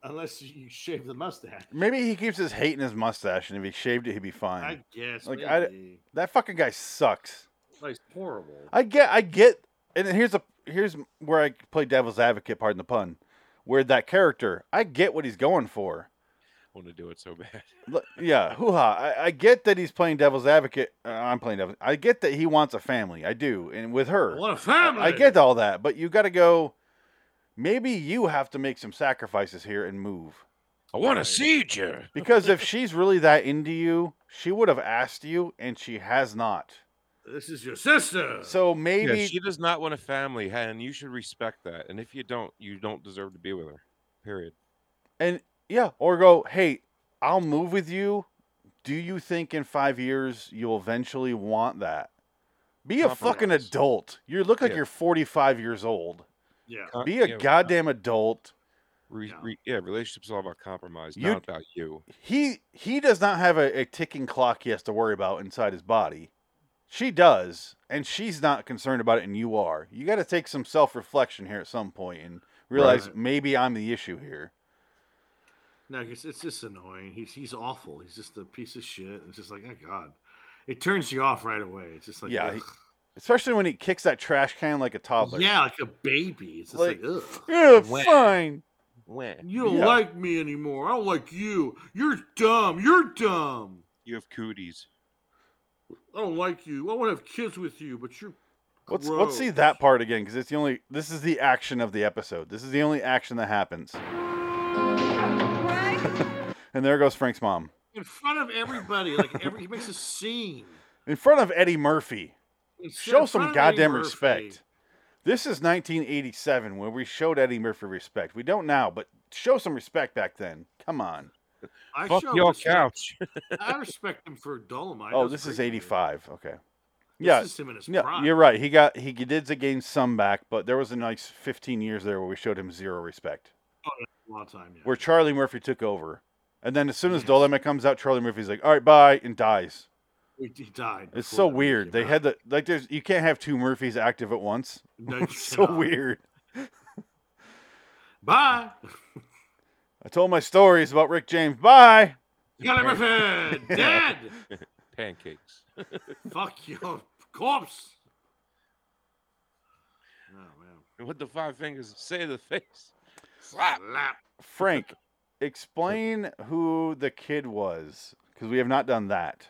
S1: unless you shave the mustache.
S2: maybe he keeps his hate in his mustache, and if he shaved it, he'd be fine.
S1: I guess.
S2: Like,
S1: Like,
S2: I-
S1: maybe.
S2: That fucking guy sucks.
S1: Like, it's horrible.
S2: I get, I get, and here's a here's where I play devil's advocate. Pardon the pun. Where that character, I get what he's going for.
S3: I want to do it so bad.
S2: L- Yeah, hoo ha. I, I get that he's playing devil's advocate. Uh, I'm playing devil. I get that he wants a family. I do, and with her,
S1: what a
S2: I,
S1: family.
S2: I get all that. But you got to go. Maybe you have to make some sacrifices here and move.
S3: I want to
S1: Right.
S3: see you.
S2: Because if she's really that into you, she would have asked you, and she has not.
S1: This is your sister.
S2: So
S3: Uh, Yeah,
S2: maybe
S3: she does not want a family, and you should respect that. And if you don't, you don't deserve to be with her. Period.
S2: And yeah, or go, hey, I'll move with you. Do you think in five years you'll eventually want that? Be a fucking
S3: Compromise.
S2: adult. You look like
S3: Yeah.
S2: you're 45 years old.
S1: yeah.
S3: Con-
S2: Be a
S3: Uh, yeah,
S2: goddamn adult.
S3: Re,
S1: Yeah.
S3: re, yeah, relationships all about compromise,
S2: You-
S3: not about you.
S2: He he does not have a, a ticking clock he has to worry about inside his body. She does, and she's not concerned about it, and you are. You got to take some self reflection here at some point and realize
S1: Right.
S2: maybe I'm the issue here.
S1: No, it's, it's just annoying. He's he's awful. He's just a piece of shit. It's just like, oh god, it turns you off right away. It's just like,
S2: Yeah, he-
S1: ugh.
S2: Especially when he kicks that trash can like a toddler.
S1: yeah, like a baby. It's just like, ugh.
S2: Yeah,
S3: When-
S2: fine.
S3: When
S1: You don't
S2: Yeah.
S1: like me anymore. I don't like you. You're dumb. You're dumb.
S3: you have cooties,
S1: I don't like you. I want to have kids with you, but you're.
S2: Let's let's see
S1: gross.
S2: that part again because it's the only. This is the action of the episode. This is the only action that happens.
S5: Frank?
S2: And there goes Frank's mom
S1: in front of everybody. Like every, he makes a scene.
S2: in front of Eddie Murphy.
S1: It's in
S2: Show some
S1: front of Eddie
S2: goddamn
S1: Murphy.
S2: respect. This is 1987 when we showed Eddie Murphy respect. We don't now, but show some respect back then. Come on.
S1: I
S3: fuck
S1: show
S3: your
S1: respect.
S3: couch.
S1: I respect him for Dolomite. That
S2: oh,
S1: was
S2: this
S1: a
S2: is
S1: great movie.
S2: 85. Okay.
S1: This
S2: Yeah.
S1: is him in his
S2: Yeah,
S1: prime.
S2: you're right. He got he did gain some back, but there was a nice 15 years there where we showed him zero respect.
S1: A lot of time. Yeah.
S2: where Charlie Murphy took over. And then as soon as
S1: Yes.
S2: Dolomite comes out, Charlie Murphy's like, "All right, bye," and dies.
S1: He- he died.
S2: It's
S1: before
S2: so
S1: that
S2: weird.
S1: came
S2: They
S1: out.
S2: had the like. There's you can't have two Murphys active at once.
S1: No, you
S2: It's so
S1: cannot.
S2: weird.
S1: Bye.
S2: I told my stories about Rick James. Bye.
S1: Gallivant, dead.
S3: Pancakes.
S1: Fuck your corpse. Oh man.
S3: With the five fingers, say to the face.
S1: Slap.
S2: Frank, explain who the kid was because we have not done that.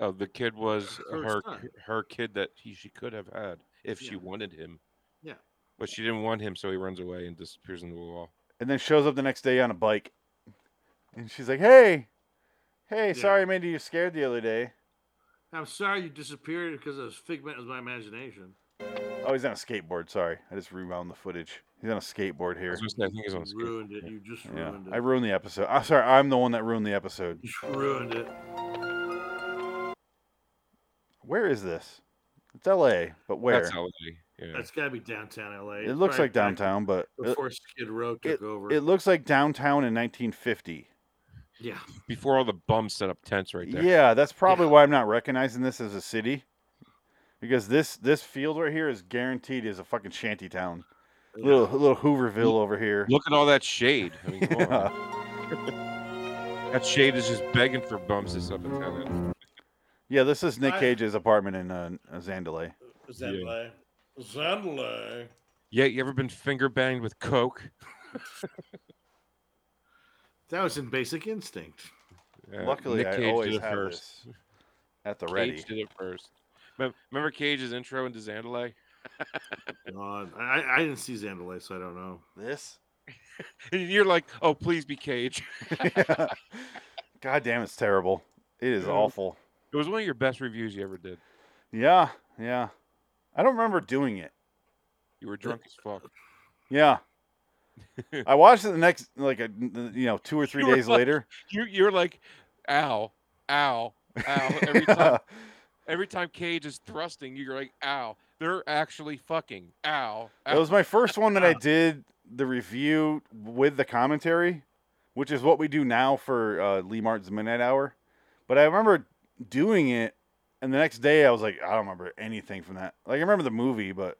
S3: Oh, the kid was
S1: Her
S3: her
S1: son.
S3: her kid that he she could have had if she
S1: Yeah.
S3: wanted him.
S1: Yeah.
S3: But she didn't want him, so he runs away and disappears into the wall.
S2: And then shows up the next day on a bike. And she's like, hey, hey, sorry
S1: Yeah.
S2: I made you scared the other day.
S1: I'm sorry you disappeared because it was figment of my imagination.
S2: Oh, he's on a skateboard. Sorry. I just rewound the footage. He's on a skateboard
S3: I
S2: here.
S3: was gonna say, I think he's
S1: You
S3: on skate.
S1: ruined it. You just
S2: Yeah.
S1: ruined
S2: I
S1: it.
S2: ruined the episode. I'm sorry. I'm the one that ruined the episode.
S1: You just ruined it.
S2: Where is this? It's LA, but where?
S3: That's LA. Yeah.
S1: That's got to be downtown LA.
S2: It looks
S1: Probably back
S2: like downtown, but it,
S1: Before Skid Row took over.
S2: it looks like downtown in 1950.
S1: yeah.
S3: Before all the bums set up tents right there.
S2: Yeah, that's probably why I'm not recognizing this as a city. Because this this field right here is guaranteed is a fucking shanty town. Little little Hooverville over here.
S3: Look at all that shade. I mean, come on.
S2: Yeah.
S3: That shade is just begging for bums to set up a tent.
S2: Yeah, this is Nick
S1: I-
S2: Cage's apartment in uh, Zandalay.
S1: Is
S3: that Yeah.
S1: LA? Is that LA?
S3: Yeah, you ever been finger banged with coke?
S1: That was in Basic Instinct.
S3: Yeah,
S2: Luckily,
S3: Nick
S2: I
S3: Cage did
S2: always
S3: it
S2: have
S3: first.
S2: this at the ready.
S3: Cage did it first. Mem- Remember Cage's intro into Xandalay?
S1: God, Uh, I, I didn't see Xandalay, so I don't know.
S2: This?
S3: And you're like, oh, please be Cage.
S2: God damn, it's terrible. It is
S3: Yeah.
S2: awful.
S3: It was one of your best reviews you ever did.
S2: Yeah, yeah. I don't remember doing it.
S3: You were drunk as fuck.
S2: Yeah. I watched it the next, like, a, you know, two or three
S3: You were
S2: days
S3: like-
S2: later.
S3: You, you're like, ow, ow, ow. Every time, every time Cage is thrusting, you're like, ow. They're actually fucking ow.
S2: It
S3: ow.
S2: was my first one that I did the review with the commentary, which is what we do now for uh, Lee Martin's Midnight Hour. But I remember doing it, and the next day I was like, I don't remember anything from that. Like I remember the movie, but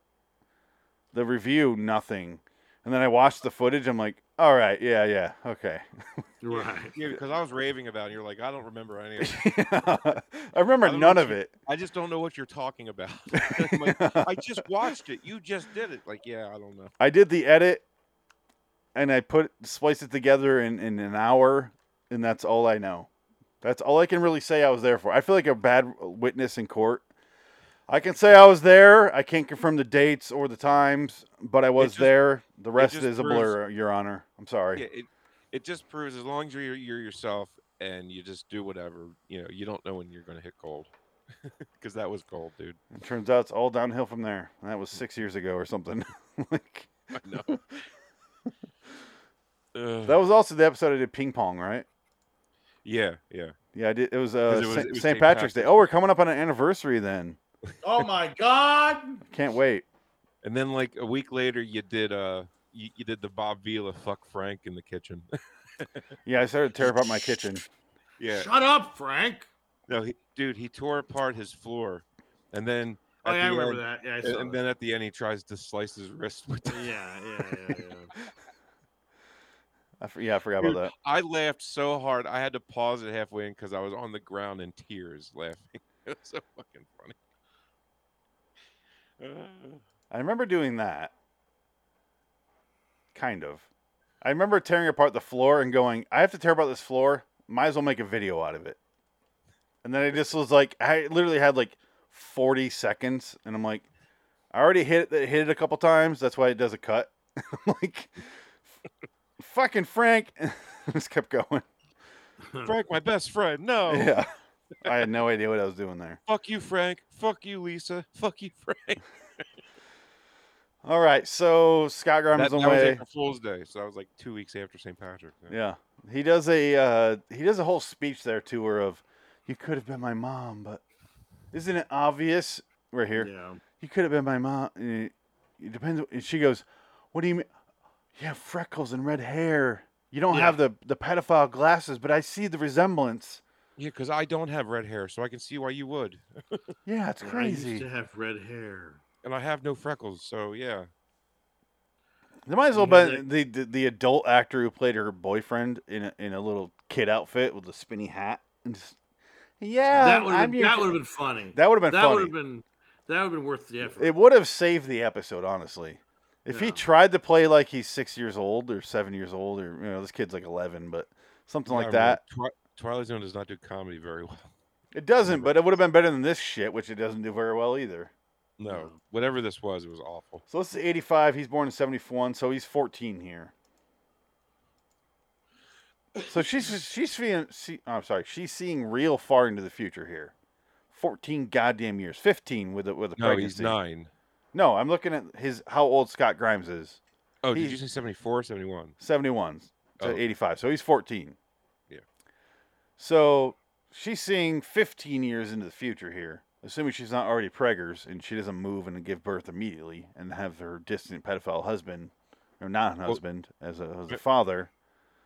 S2: the review, nothing. And then I watched the footage. I'm like, all right, yeah, yeah, okay.
S1: Right.
S3: Yeah, because I was raving about it. You're like, I don't remember any of it.
S2: I
S3: I
S2: remember
S3: don't
S2: none
S3: know
S2: of
S3: if
S2: it.
S3: I just don't know what you're talking about. I'm like, I just watched it. You just did it. Like, yeah, I don't know.
S2: I did the edit, and I put spliced it together in, in an hour, and that's all I know. That's all I can really say I was there for. I feel like a bad witness in court. I can say I was there. I can't confirm the dates or the times, but I was
S3: just-
S2: there. The rest
S3: just
S2: is a
S3: proves-
S2: blur, Your Honor. I'm sorry.
S3: Yeah, it, it just proves as long as you're, you're yourself and you just do whatever, you know, you don't know when you're going to hit cold. Because that was cold, dude.
S2: It turns out it's all downhill from there. And that was six years ago or something. like
S3: I know. Ugh.
S2: that was also the episode I did ping pong, right?
S3: yeah, yeah.
S2: Yeah, I did. It was
S3: Because
S2: uh
S3: it was-
S2: St-
S3: it
S2: St.
S3: was
S2: Patrick's
S3: St. Patrick's
S2: Day. Oh, we're coming up on an anniversary then.
S1: Oh my God!
S2: Can't wait.
S3: And then like a week later, you did uh, you, you did the Bob Vila fuck Frank in the kitchen.
S2: Yeah, I started to tear apart my kitchen.
S3: yeah,
S1: Shut up, Frank.
S3: no, he, dude, he tore apart his floor, and then
S1: Oh,
S3: at
S1: yeah, I
S3: the
S1: remember
S3: end-
S1: that. Yeah, I
S3: and-
S1: saw
S3: And
S1: that.
S3: then at the end, he tries to slice his wrist with. The,
S1: yeah, yeah, yeah, yeah.
S2: I f- yeah, I forgot about
S3: Dude,
S2: that.
S3: I laughed so hard I had to pause it halfway in because I was on the ground in tears laughing. it was so fucking funny. Uh,
S2: I remember doing that. Kind of. I remember tearing apart the floor and going, I have to tear apart this floor. Might as well make a video out of it. And then I just was like, I literally had like 40 seconds, and I'm like, I already hit it, hit it a couple times. That's why it does a cut. I'm like, fucking Frank. just kept going.
S3: Frank, my best friend. No,
S2: Yeah. I had no idea what I was doing there.
S3: fuck you, Frank. Fuck you, Lisa. Fuck you, Frank.
S2: All right. So Scott Grimes
S3: that,
S2: on
S3: that was
S2: way.
S3: April Fool's Day, so that was like two weeks after St. Patrick.
S2: Yeah, he does a uh, he does a whole speech there to her of, "You could have been my mom, but isn't it obvious?" Right here,
S1: yeah.
S2: you could have been my mom. and It, it depends. And she goes, "What do you mean? You have freckles and red hair. You don't
S1: Yeah.
S2: have the the pedophile glasses, but I see the resemblance.
S3: Yeah, because I don't have red hair, so I can see why you would,
S2: Yeah, it's
S1: I used
S2: crazy."
S1: to have red hair.
S3: and I have no freckles, so yeah.
S2: They might as well
S1: Yeah,
S2: been the, the the adult actor who played her boyfriend in a, in a little kid outfit with a spinny hat. And just, yeah,
S1: that would have
S2: I'm
S1: been,
S2: your
S1: that
S2: ki-
S1: would have been funny.
S2: that would have been
S1: That would
S2: funny.
S1: have been that would have been worth the effort.
S2: It would have saved the episode, honestly. If he
S1: Yeah.
S2: tried to play like he's six years old or seven years old, or you know, this kid's like eleven, but something like
S3: Remember,
S2: that.
S3: Twi- Twilight Zone does not do comedy very well.
S2: It doesn't,
S3: Remember.
S2: but it would have been better than this shit, which it doesn't do very well either.
S3: No,
S1: No.
S3: whatever this was, it was awful.
S2: So this is eighty-five. He's born in seventy-one, so he's fourteen here. So she's she's seeing. See, oh, I'm sorry, she's seeing real far into the future here. Fourteen goddamn years. Fifteen with a with a
S3: No,
S2: pregnancy.
S3: he's nine.
S2: No, I'm looking at his how old Scott Grimes is.
S3: Oh, did
S2: He-
S3: you say 74, 71?
S2: 71 to
S3: Oh.
S2: 85. So he's 14.
S3: Yeah.
S2: So she's seeing 15 years into the future here, assuming she's not already preggers and she doesn't move and give birth immediately and have her distant pedophile husband or non husband as, a, as a
S3: Re-
S2: father.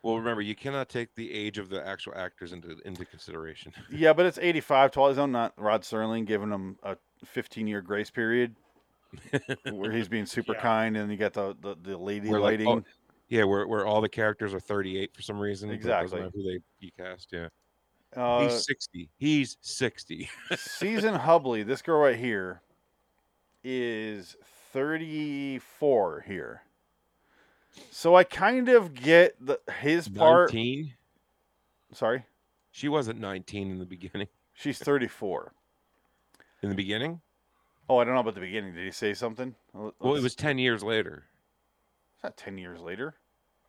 S3: Well, remember, you cannot take the age of the actual actors into into consideration.
S2: Yeah, but it's 85 Twilight Zone, not Rod Serling giving him a 15 year grace period where he's being super
S1: Yeah.
S2: kind and you got the, the, the lady
S3: We're like,
S2: lighting.
S3: oh, yeah, where, where all the characters are 38 for some reason. but it doesn't
S2: Exactly.
S3: matter Who they you cast, yeah.
S2: uh,
S3: He's 60. He's 60.
S2: Season Hubley, this girl right here, is 34 here. So I kind of get the his part.
S3: 19?
S2: Sorry,
S3: She wasn't 19 in the beginning.
S2: she's 34.
S3: In the beginning?
S2: Oh, I don't know about the beginning. Did he say something? Well,
S3: Well, it
S2: it's-
S3: was 10 years later.
S2: it's not 10 years later.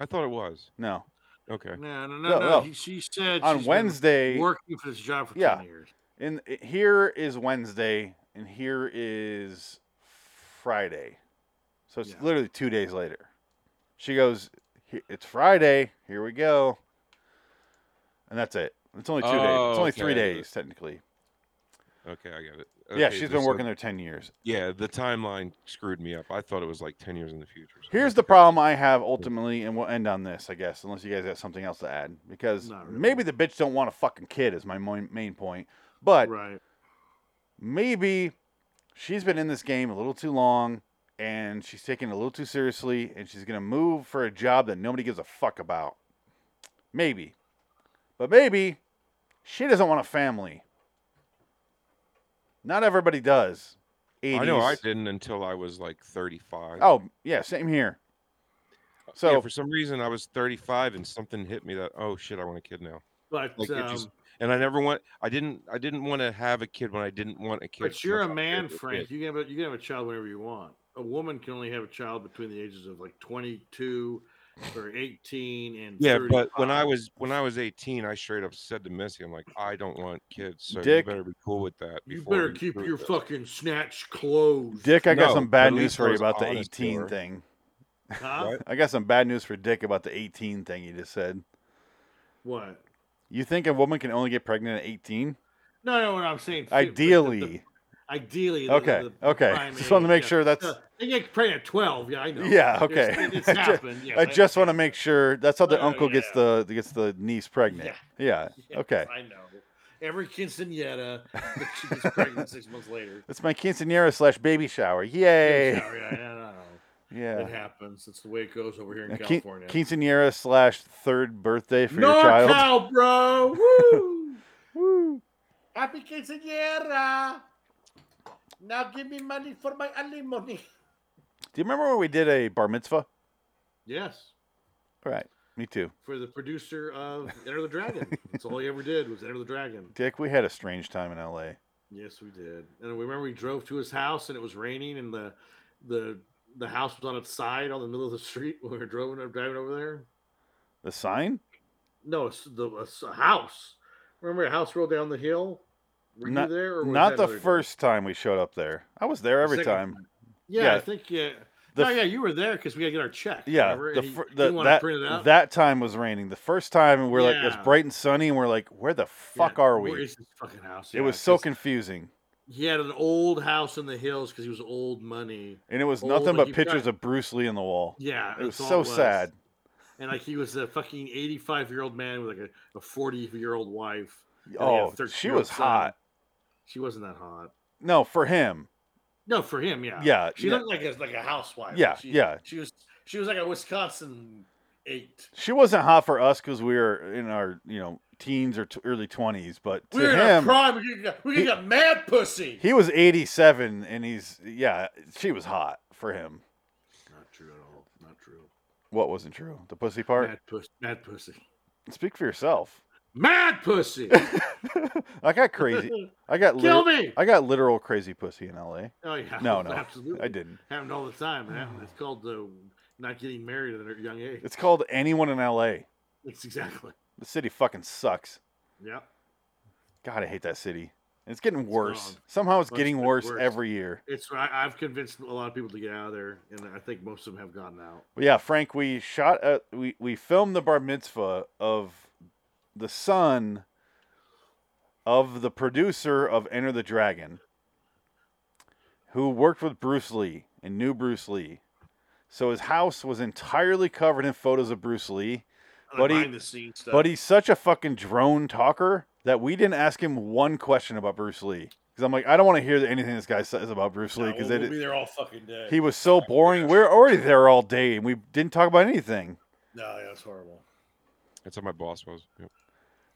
S3: I thought it was.
S2: No,
S3: Okay.
S1: No, no,
S2: No,
S1: no, no.
S2: no.
S1: He, she said
S2: on
S1: she's been
S2: Wednesday.
S1: working for this job for
S2: Yeah.
S1: ten years.
S2: In i- here is Wednesday, and here is Friday. So it's
S1: Yeah.
S2: literally two days later. She goes, "He- "It's Friday. Here we go," and that's it. It's only two days. It's
S3: Oh,
S2: only three
S3: okay.
S2: days technically.
S3: Okay, I got it.
S2: yeah,
S3: Okay,
S2: she's
S3: so-
S2: been
S3: so-
S2: working there ten years.
S3: Yeah, the timeline screwed me up. I thought it was like 10 years in the future. so
S2: Here's
S3: that's
S2: the
S3: okay.
S2: problem I have ultimately, and we'll end on this, I guess, unless you guys got something else to add, because
S1: Not really.
S2: maybe the bitch don't want a fucking kid is my moin- main point, but
S1: Right.
S2: maybe she's been in this game a little too long and she's taking it a little too seriously and she's going to move for a job that nobody gives a fuck about. Maybe. But maybe she doesn't want a family. Not everybody does. 80s.
S3: I know I didn't until I was like 35.
S2: Oh, yeah, same here. So
S3: yeah, for some reason I was 35 and something hit me that oh shit, I want a kid now.
S1: But
S3: Like, if you
S1: um,
S3: s- And I never want I didn't I didn't want to have a kid when I didn't want a kid.
S1: but
S3: so
S1: you're
S3: that's
S1: a
S3: how I
S1: man,
S3: feel with
S1: Frank.
S3: it.
S1: You can have a, you can have a child whenever you want. A woman can only have a child between the ages of like twenty two or eighteen and
S3: Yeah, but when I
S1: 35.
S3: was when I was 18, I straight up said to Missy, I'm like, I don't want kids, so
S2: Dick,
S3: you better be cool with that.
S1: you
S3: before
S1: better
S3: we
S1: keep
S3: prove
S1: your
S3: that."
S1: fucking snatch closed.
S2: Dick, I got
S3: No,
S2: some
S3: but
S2: bad
S3: at
S2: news
S3: least I
S2: for you
S3: was
S2: about the
S3: honest to
S2: 18
S3: her.
S2: thing.
S1: huh?
S3: What?
S2: I got some bad news for Dick about the 18 thing you just said.
S1: What?
S2: You think a woman can only get pregnant at 18?
S1: No, no, what I'm saying. fi- but the- the-
S2: Ideally.
S1: ideally. the-
S2: Okay,
S1: the- the
S2: okay.
S1: prime
S2: Just wanna
S1: age,
S2: make
S1: yeah.
S2: sure that's-
S1: Uh, They get pregnant at twelve. Yeah, I know.
S2: Yeah,
S1: There's-
S2: okay.
S1: It's
S2: I ju-
S1: happened. yeah,
S2: I
S1: but-
S2: just want to make sure that's how the
S1: Oh,
S2: uncle gets the gets the niece pregnant. Yeah.
S1: Yes,
S2: Okay.
S1: I know. Every quinceanera, but she gets pregnant six months later.
S2: It's my quinceanera slash baby shower.
S1: Sorry,
S2: Yay.
S1: I, I don't know. It
S2: Yeah.
S1: happens. It's the way it goes over here in
S2: A quin-
S1: California.
S2: Quinceanera slash third birthday for your child.
S1: NorCal, bro. Woo!
S2: Woo.
S1: Happy quinceanera. Now give me money for my alimony.
S2: Do you remember when we did a bar mitzvah?
S1: Yes,
S2: All right. Me too.
S1: for the producer of Enter the Dragon. That's all he ever did was Enter the Dragon.
S2: Dick, we had a strange time in LA.
S1: Yes, we did. And we remember we drove to his house and it was raining and the the the house was on its side on the middle of the street when we were driving driving over there.
S2: The sign?
S1: No, it's the a s- a house. Remember a house rolled down the hill? Were
S2: Not-
S1: you there? Or was
S2: Not
S1: that
S2: the
S1: another day?
S2: first time we showed up there. I was there every
S1: second
S2: time.
S1: Yeah,
S2: yeah.
S1: I think yeah.
S2: The
S1: no,
S2: f-
S1: yeah, you were there because we gotta get our check.
S2: Yeah,
S1: remember?
S2: the,
S1: And he-
S2: fir-
S1: he
S2: the
S1: didn't wanna
S2: that
S1: print it out.
S2: that time was raining. The first time, and we're like, it's
S1: Yeah.
S2: bright and sunny, and we're like, where the
S1: Yeah,
S2: fuck are
S1: where
S2: we?
S1: is this fucking house?
S2: it
S1: Yeah,
S2: was so
S1: 'cause
S2: confusing,
S1: He had an old house in the hills because he was old money.
S2: and it was
S1: old,
S2: nothing
S1: like,
S2: but
S1: you've got-
S2: pictures of Bruce Lee on the wall.
S1: Yeah,
S2: it was
S1: that's all
S2: so sad.
S1: And like he was a fucking eighty-five year old man with like a forty-year-old wife. and he had a
S2: Oh, she
S1: 13-year-old
S2: was
S1: son.
S2: hot.
S1: She wasn't that hot.
S2: No, for him,
S1: No, for him, yeah.
S2: Yeah,
S1: She
S2: yeah.
S1: looked like a, like a housewife.
S2: Yeah,
S1: She-
S2: yeah.
S1: She was She was like a Wisconsin eight.
S2: She wasn't hot for us because we were in our you know teens or t- early twenties, but to
S1: We were in our
S2: him,
S1: prime. We could get, we could
S2: He-
S1: get mad pussy.
S2: he was eighty-seven, and he's yeah, she was hot for him.
S1: Not true at all. Not true.
S2: What wasn't true? The pussy part.
S1: Mad pussy. Mad pussy.
S2: Speak for yourself.
S1: Mad pussy.
S2: I got crazy. I got
S1: Kill
S2: lit-
S1: me.
S2: I got literal crazy pussy in L.A.
S1: Oh yeah.
S2: No, no,
S1: Absolutely.
S2: I didn't.
S1: Happened all the time. It happened. It's called uh, not getting married at a young age.
S2: It's called anyone in L.A.
S1: It's exactly.
S2: The city fucking sucks.
S1: Yep.
S2: God, I hate that city. And it's getting worse.
S1: gone.
S2: Somehow it's
S1: It's
S2: getting
S1: been
S2: worse,
S1: worse.
S2: every year.
S1: It's I, I've convinced a lot of people to get out of there, and I think most of them have gotten out.
S2: But yeah, Frank, we shot a, we we filmed the bar mitzvah of the son of the producer of Enter the Dragon, who worked with Bruce Lee and knew Bruce Lee. So his house was entirely covered in photos of Bruce Lee. But he-
S1: behind the scenes stuff.
S2: But he's such a fucking drone talker that we didn't ask him one question about Bruce Lee. Because I'm like, I don't want to hear anything this guy says about Bruce Lee. Because
S1: we'll be there all fucking day.
S2: he was so boring. We were already there all day and we didn't talk about anything.
S1: no, yeah, it's horrible.
S3: That's how my boss was. Yep.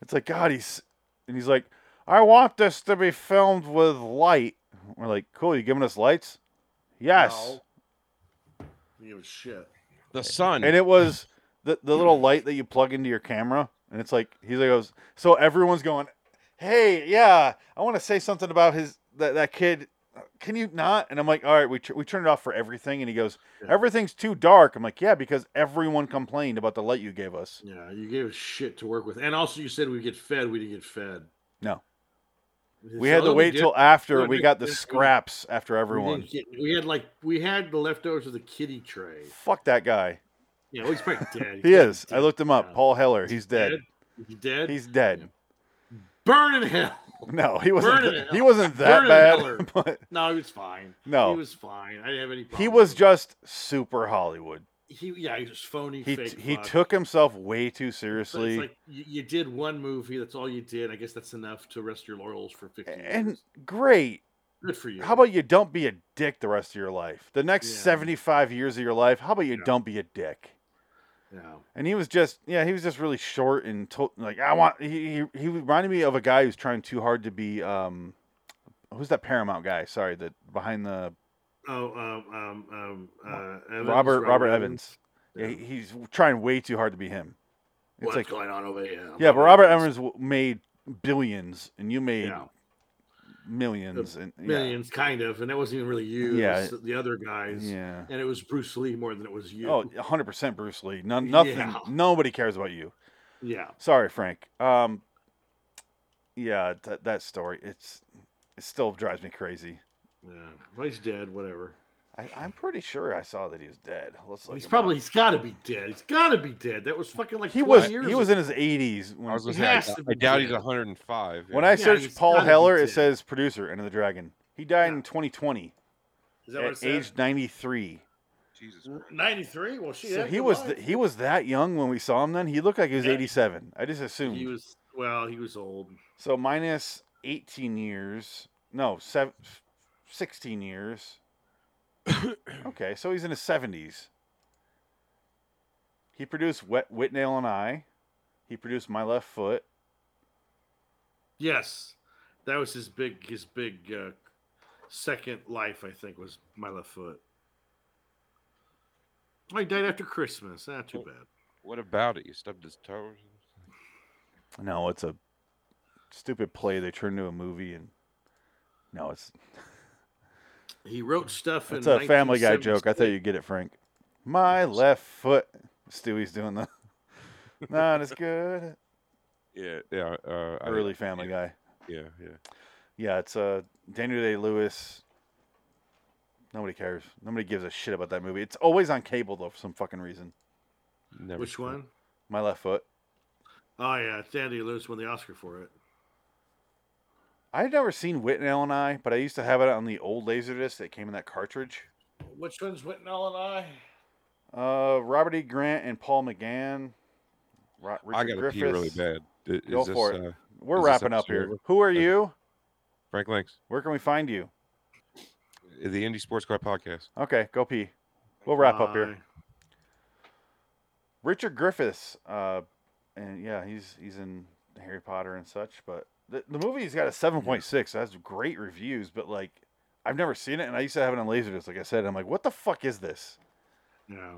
S2: It's like, God, he's. And he's like, I want this to be filmed with light. We're like, cool, you giving us lights? Yes.
S1: No. He was shit.
S3: The sun.
S2: And it was the, the little light that you plug into your camera. And it's like, he's like, goes, so everyone's going, hey, yeah, I want to say something about his that, that kid. Can you not? And I'm like, all right, we, tr- we turned it off for everything. And he goes,
S1: Yeah.
S2: everything's too dark. I'm like, yeah, because everyone complained about the light you gave us.
S1: Yeah, you gave us shit to work with, and also you said we get fed. We didn't get fed.
S2: No.
S1: It's
S2: We
S1: the
S2: had to
S1: only
S2: wait
S1: dip-
S2: till after
S1: No,
S2: we
S1: dude,
S2: got the
S1: this-
S2: scraps after
S1: we didn't
S2: everyone.
S1: get- We had like we had the leftovers of the kitty tray.
S2: Fuck that guy.
S1: Yeah, we expect dead.
S2: He is. I looked him
S1: Yeah.
S2: up. Paul Heller. He's dead.
S1: He's dead.
S2: He's dead.
S1: burning hell.
S2: No, he
S1: Burn
S2: wasn't. th-
S1: it,
S2: he
S1: Heller.
S2: wasn't that
S1: Burn it, Heller.
S2: bad. But
S1: No, he was fine.
S2: No.
S1: he was fine. I didn't have any. Problem
S2: Oh. he was
S1: with
S2: just super Hollywood.
S1: him. He yeah, he was phony.
S2: He
S1: fake
S2: t- he
S1: fuck.
S2: took himself way too
S1: So it's
S2: seriously.
S1: like you, you did one movie. That's all you did. I guess that's enough to rest your laurels for fifty
S2: And
S1: years.
S2: great.
S1: Good for you.
S2: How about you don't be a dick the rest of your life? The next
S1: Yeah.
S2: 75 years of your life, how about you
S1: Yeah.
S2: don't be a dick?
S1: Yeah.
S2: And he was just, yeah, he was just really short and to- like I want. He, he he reminded me of a guy who's trying too hard to be. um Who's that Paramount guy? Sorry, the behind the
S1: Oh, um, um, um, uh, Evans,
S2: Robert Robert, Evans. Yeah,
S1: Yeah.
S2: he- he's trying way too hard to be him. It's
S1: What's
S2: like
S1: going on over here?
S2: yeah, but Robert Evans w- made billions and you made
S1: Yeah,
S2: millions and yeah.
S1: millions, kind of, and that wasn't even really you.
S2: Yeah.
S1: Yeah, the other guys.
S2: Yeah.
S1: and it was Bruce Lee more than it was you.
S2: Oh, 100 percent Bruce Lee. None, nothing.
S1: Yeah.
S2: Nobody cares about you.
S1: yeah.
S2: Sorry, Frank. Um, yeah, that that story. It's it still drives me crazy.
S1: Yeah, well, he's dead. Whatever.
S2: I, I'm pretty sure I saw that he was dead. Let's look
S1: he's
S2: him up.
S1: probably he's got to be dead. He's got to be dead. That was fucking like
S2: he
S1: 20
S2: was
S1: Years
S2: he was
S1: ago.
S2: in his 80s when
S3: I was gonna
S1: He
S3: say, I,
S1: has
S3: doubt-
S1: to
S3: I
S1: be
S3: doubt he's
S1: dead.
S3: 105.
S2: when
S3: yeah.
S2: I
S1: Yeah,
S2: searched
S1: he's
S2: Paul
S1: gotta be
S2: Heller. It
S1: dead.
S2: says producer Enter the Dragon. He died
S1: Yeah.
S2: in 2020
S1: Is that what it
S2: at
S1: said?
S2: age 93.
S3: Jesus.
S1: ninety three. Well, she.
S2: So he was th- he was that young when we saw him. Then he looked like he was
S1: Yeah.
S2: 87. I just assumed.
S1: He was well. He was old.
S2: So minus 18 years. No, seven, 16 years. okay, so he's in his 70s. He produced Wet Whitnail and I. He produced My Left Foot.
S1: Yes, that was his big his big uh, second life. I think was my left foot. Oh, he died after Christmas. Not too bad.
S3: What about it? You stubbed his toe?
S2: No, it's a stupid play they turned into a movie and no, it's
S1: He wrote stuff.
S2: it's
S1: in
S2: a Family Guy joke. I thought
S1: 1976.
S2: you'd get it, Frank. My left foot. Stewie's doing the not as good.
S3: Yeah, yeah. Uh, I-
S2: Early Family Guy.
S3: Yeah, yeah.
S2: Yeah, it's uh Daniel Day Lewis. Nobody cares. Nobody gives a shit about that movie. It's always on cable though for some fucking reason.
S3: Never
S1: Which
S3: seen it.
S1: one?
S2: My left foot.
S1: Oh yeah, Sandy Lewis won the Oscar for it.
S2: I've never seen Whitnell and I, but I used to have it on the old Laserdisc that came in that cartridge.
S1: Which one's Whitnall and I?
S2: Uh, Robert E. Grant and Paul McGann. Ro- Richard
S3: I got to
S2: Griffiths.
S3: pee really bad. I- Is
S2: Go
S3: this,
S2: for it.
S3: Uh,
S2: We're
S3: Is this
S2: wrapping up
S3: episode
S2: here.
S3: over?
S2: Who are
S3: Okay.
S2: you?
S3: Frank Links,
S2: Where can we find you?
S3: the Indie Sports Car Podcast.
S2: Okay, go pee. We'll wrap up here.
S1: Bye.
S2: Richard Griffiths, uh, and yeah, he's he's in Harry Potter and such. But the, the movie's got a seven point six. That's great reviews, but like I've never seen it, and I used to have it on Laserdisc. Like I said, I'm like, what the fuck is this?
S1: Yeah.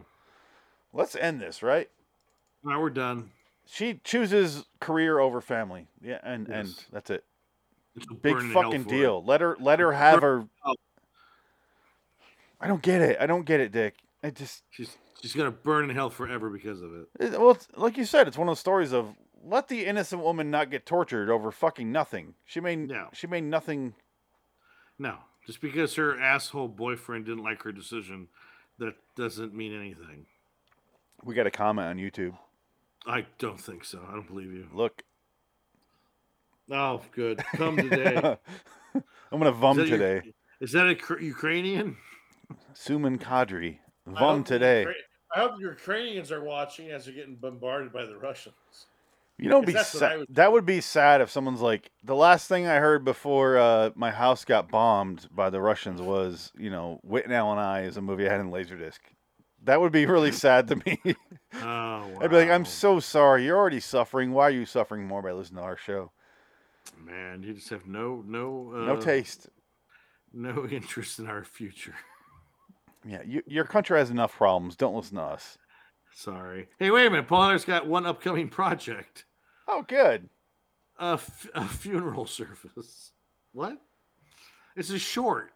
S2: Let's end this, right?
S1: Now we're done.
S2: She chooses career over family. Yeah, and and
S1: Yes.
S2: that's it.
S1: It's a
S2: Big
S1: burn in hell
S2: fucking
S1: for
S2: deal. Let her let her have her.
S1: hell.
S2: I don't get it. I don't get it, Dick. I just
S1: it. She's she's gonna burn in hell forever because of it.
S2: It- Well, it's, like you said, it's one of those stories of let the innocent woman not get tortured over fucking nothing. She made
S1: No.
S2: she made nothing.
S1: No, just because her asshole boyfriend didn't like her decision, that doesn't mean anything.
S2: We got a comment on YouTube.
S1: I don't think so. I don't believe you.
S2: Look,
S1: Oh, good. Come today. Is
S2: I'm gonna vom
S1: that your-
S2: today.
S1: is that a Ukra- Ukrainian?
S2: Suman Kadri,
S1: I hope
S2: vom
S1: the
S2: today.
S1: Ukra- I hope the Ukrainians are watching as they're getting bombarded by the Russians.
S2: You know,
S1: 'Cause
S2: be
S1: that's what
S2: sa-
S1: I would
S2: that would be sad if someone's like the last thing I heard before uh, my house got bombed by the Russians was you know Witten Allen I is a movie I had in Laserdisc. That would be really sad to me.
S1: Oh, wow.
S2: I'd be like, I'm so sorry. You're already suffering. Why are you suffering more by listening to our show?
S1: man. You just have no no uh,
S2: no taste.
S1: no interest in our future.
S2: Yeah, you, your country has enough problems. Don't listen to us.
S1: Sorry. Hey, wait a minute. Paul Hunter's got one upcoming project:
S2: Oh, good.
S1: a, f- a funeral service. What? It's a short.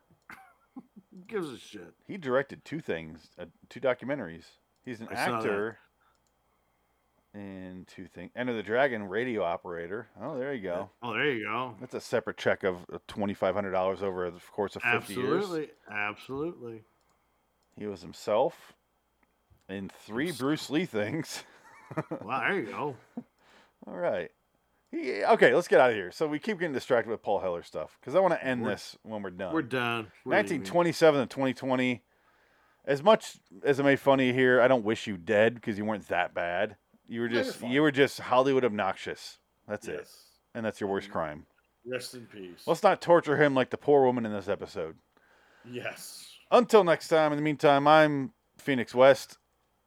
S1: Who Gives a shit.
S2: He directed two things, uh, two documentaries. He's an
S1: I saw that.
S2: actor in two things. Enter the Dragon, radio operator. Oh, there you go.
S1: Oh, there you go.
S2: That's a separate check of twenty five hundred dollars over the course of fifty years.
S1: Absolutely, absolutely.
S2: He was himself in three Bruce Lee things.
S1: Wow, there you go.
S2: All right. He, okay, let's get out of here. So we keep getting distracted with Paul Heller stuff because I want to end
S1: We're-
S2: this when we're done.
S1: We're done. We're leaving.
S2: 1927 to 2020. As much as I made fun of you here, I don't wish you dead because you weren't that bad. You were
S1: No, you're
S2: just
S1: fine.
S2: you were just Hollywood obnoxious. That's it,
S1: Yes. Mm-hmm.
S2: and that's your worst crime.
S1: Rest in peace.
S2: Let's not torture him like the poor woman in this episode.
S1: yes.
S2: Until next time. In the meantime, I'm Phoenix West.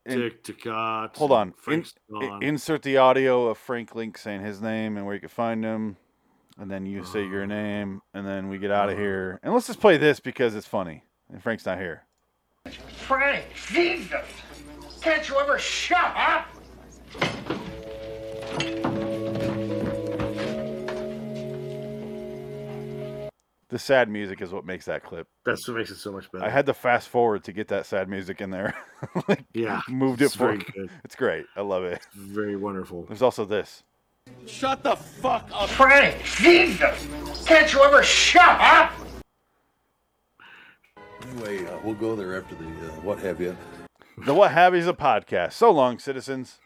S2: In-
S1: Dick Ducat.
S2: Hold on.
S1: Frank
S2: I-
S1: Stallone.
S2: insert the audio of Frank Link saying his name and where you can find him, and then you say your name, and then we get out of here. And let's just play this because it's funny, and Frank's not here.
S9: Frank, Jesus! Can't you ever shut up?
S2: The sad music is what makes that clip.
S1: That's what makes it so much better.
S2: I had to fast forward to get that sad music in there. like,
S1: yeah.
S2: moved it
S1: it's very
S2: forward.
S1: good.
S2: It's great. I love it.
S1: Very wonderful.
S2: There's also this.
S9: Frank, Jesus! Can't you ever shut up?
S10: Anyway, uh, we'll go there after the uh, what have you.
S2: The What Have You's a podcast. So long, citizens.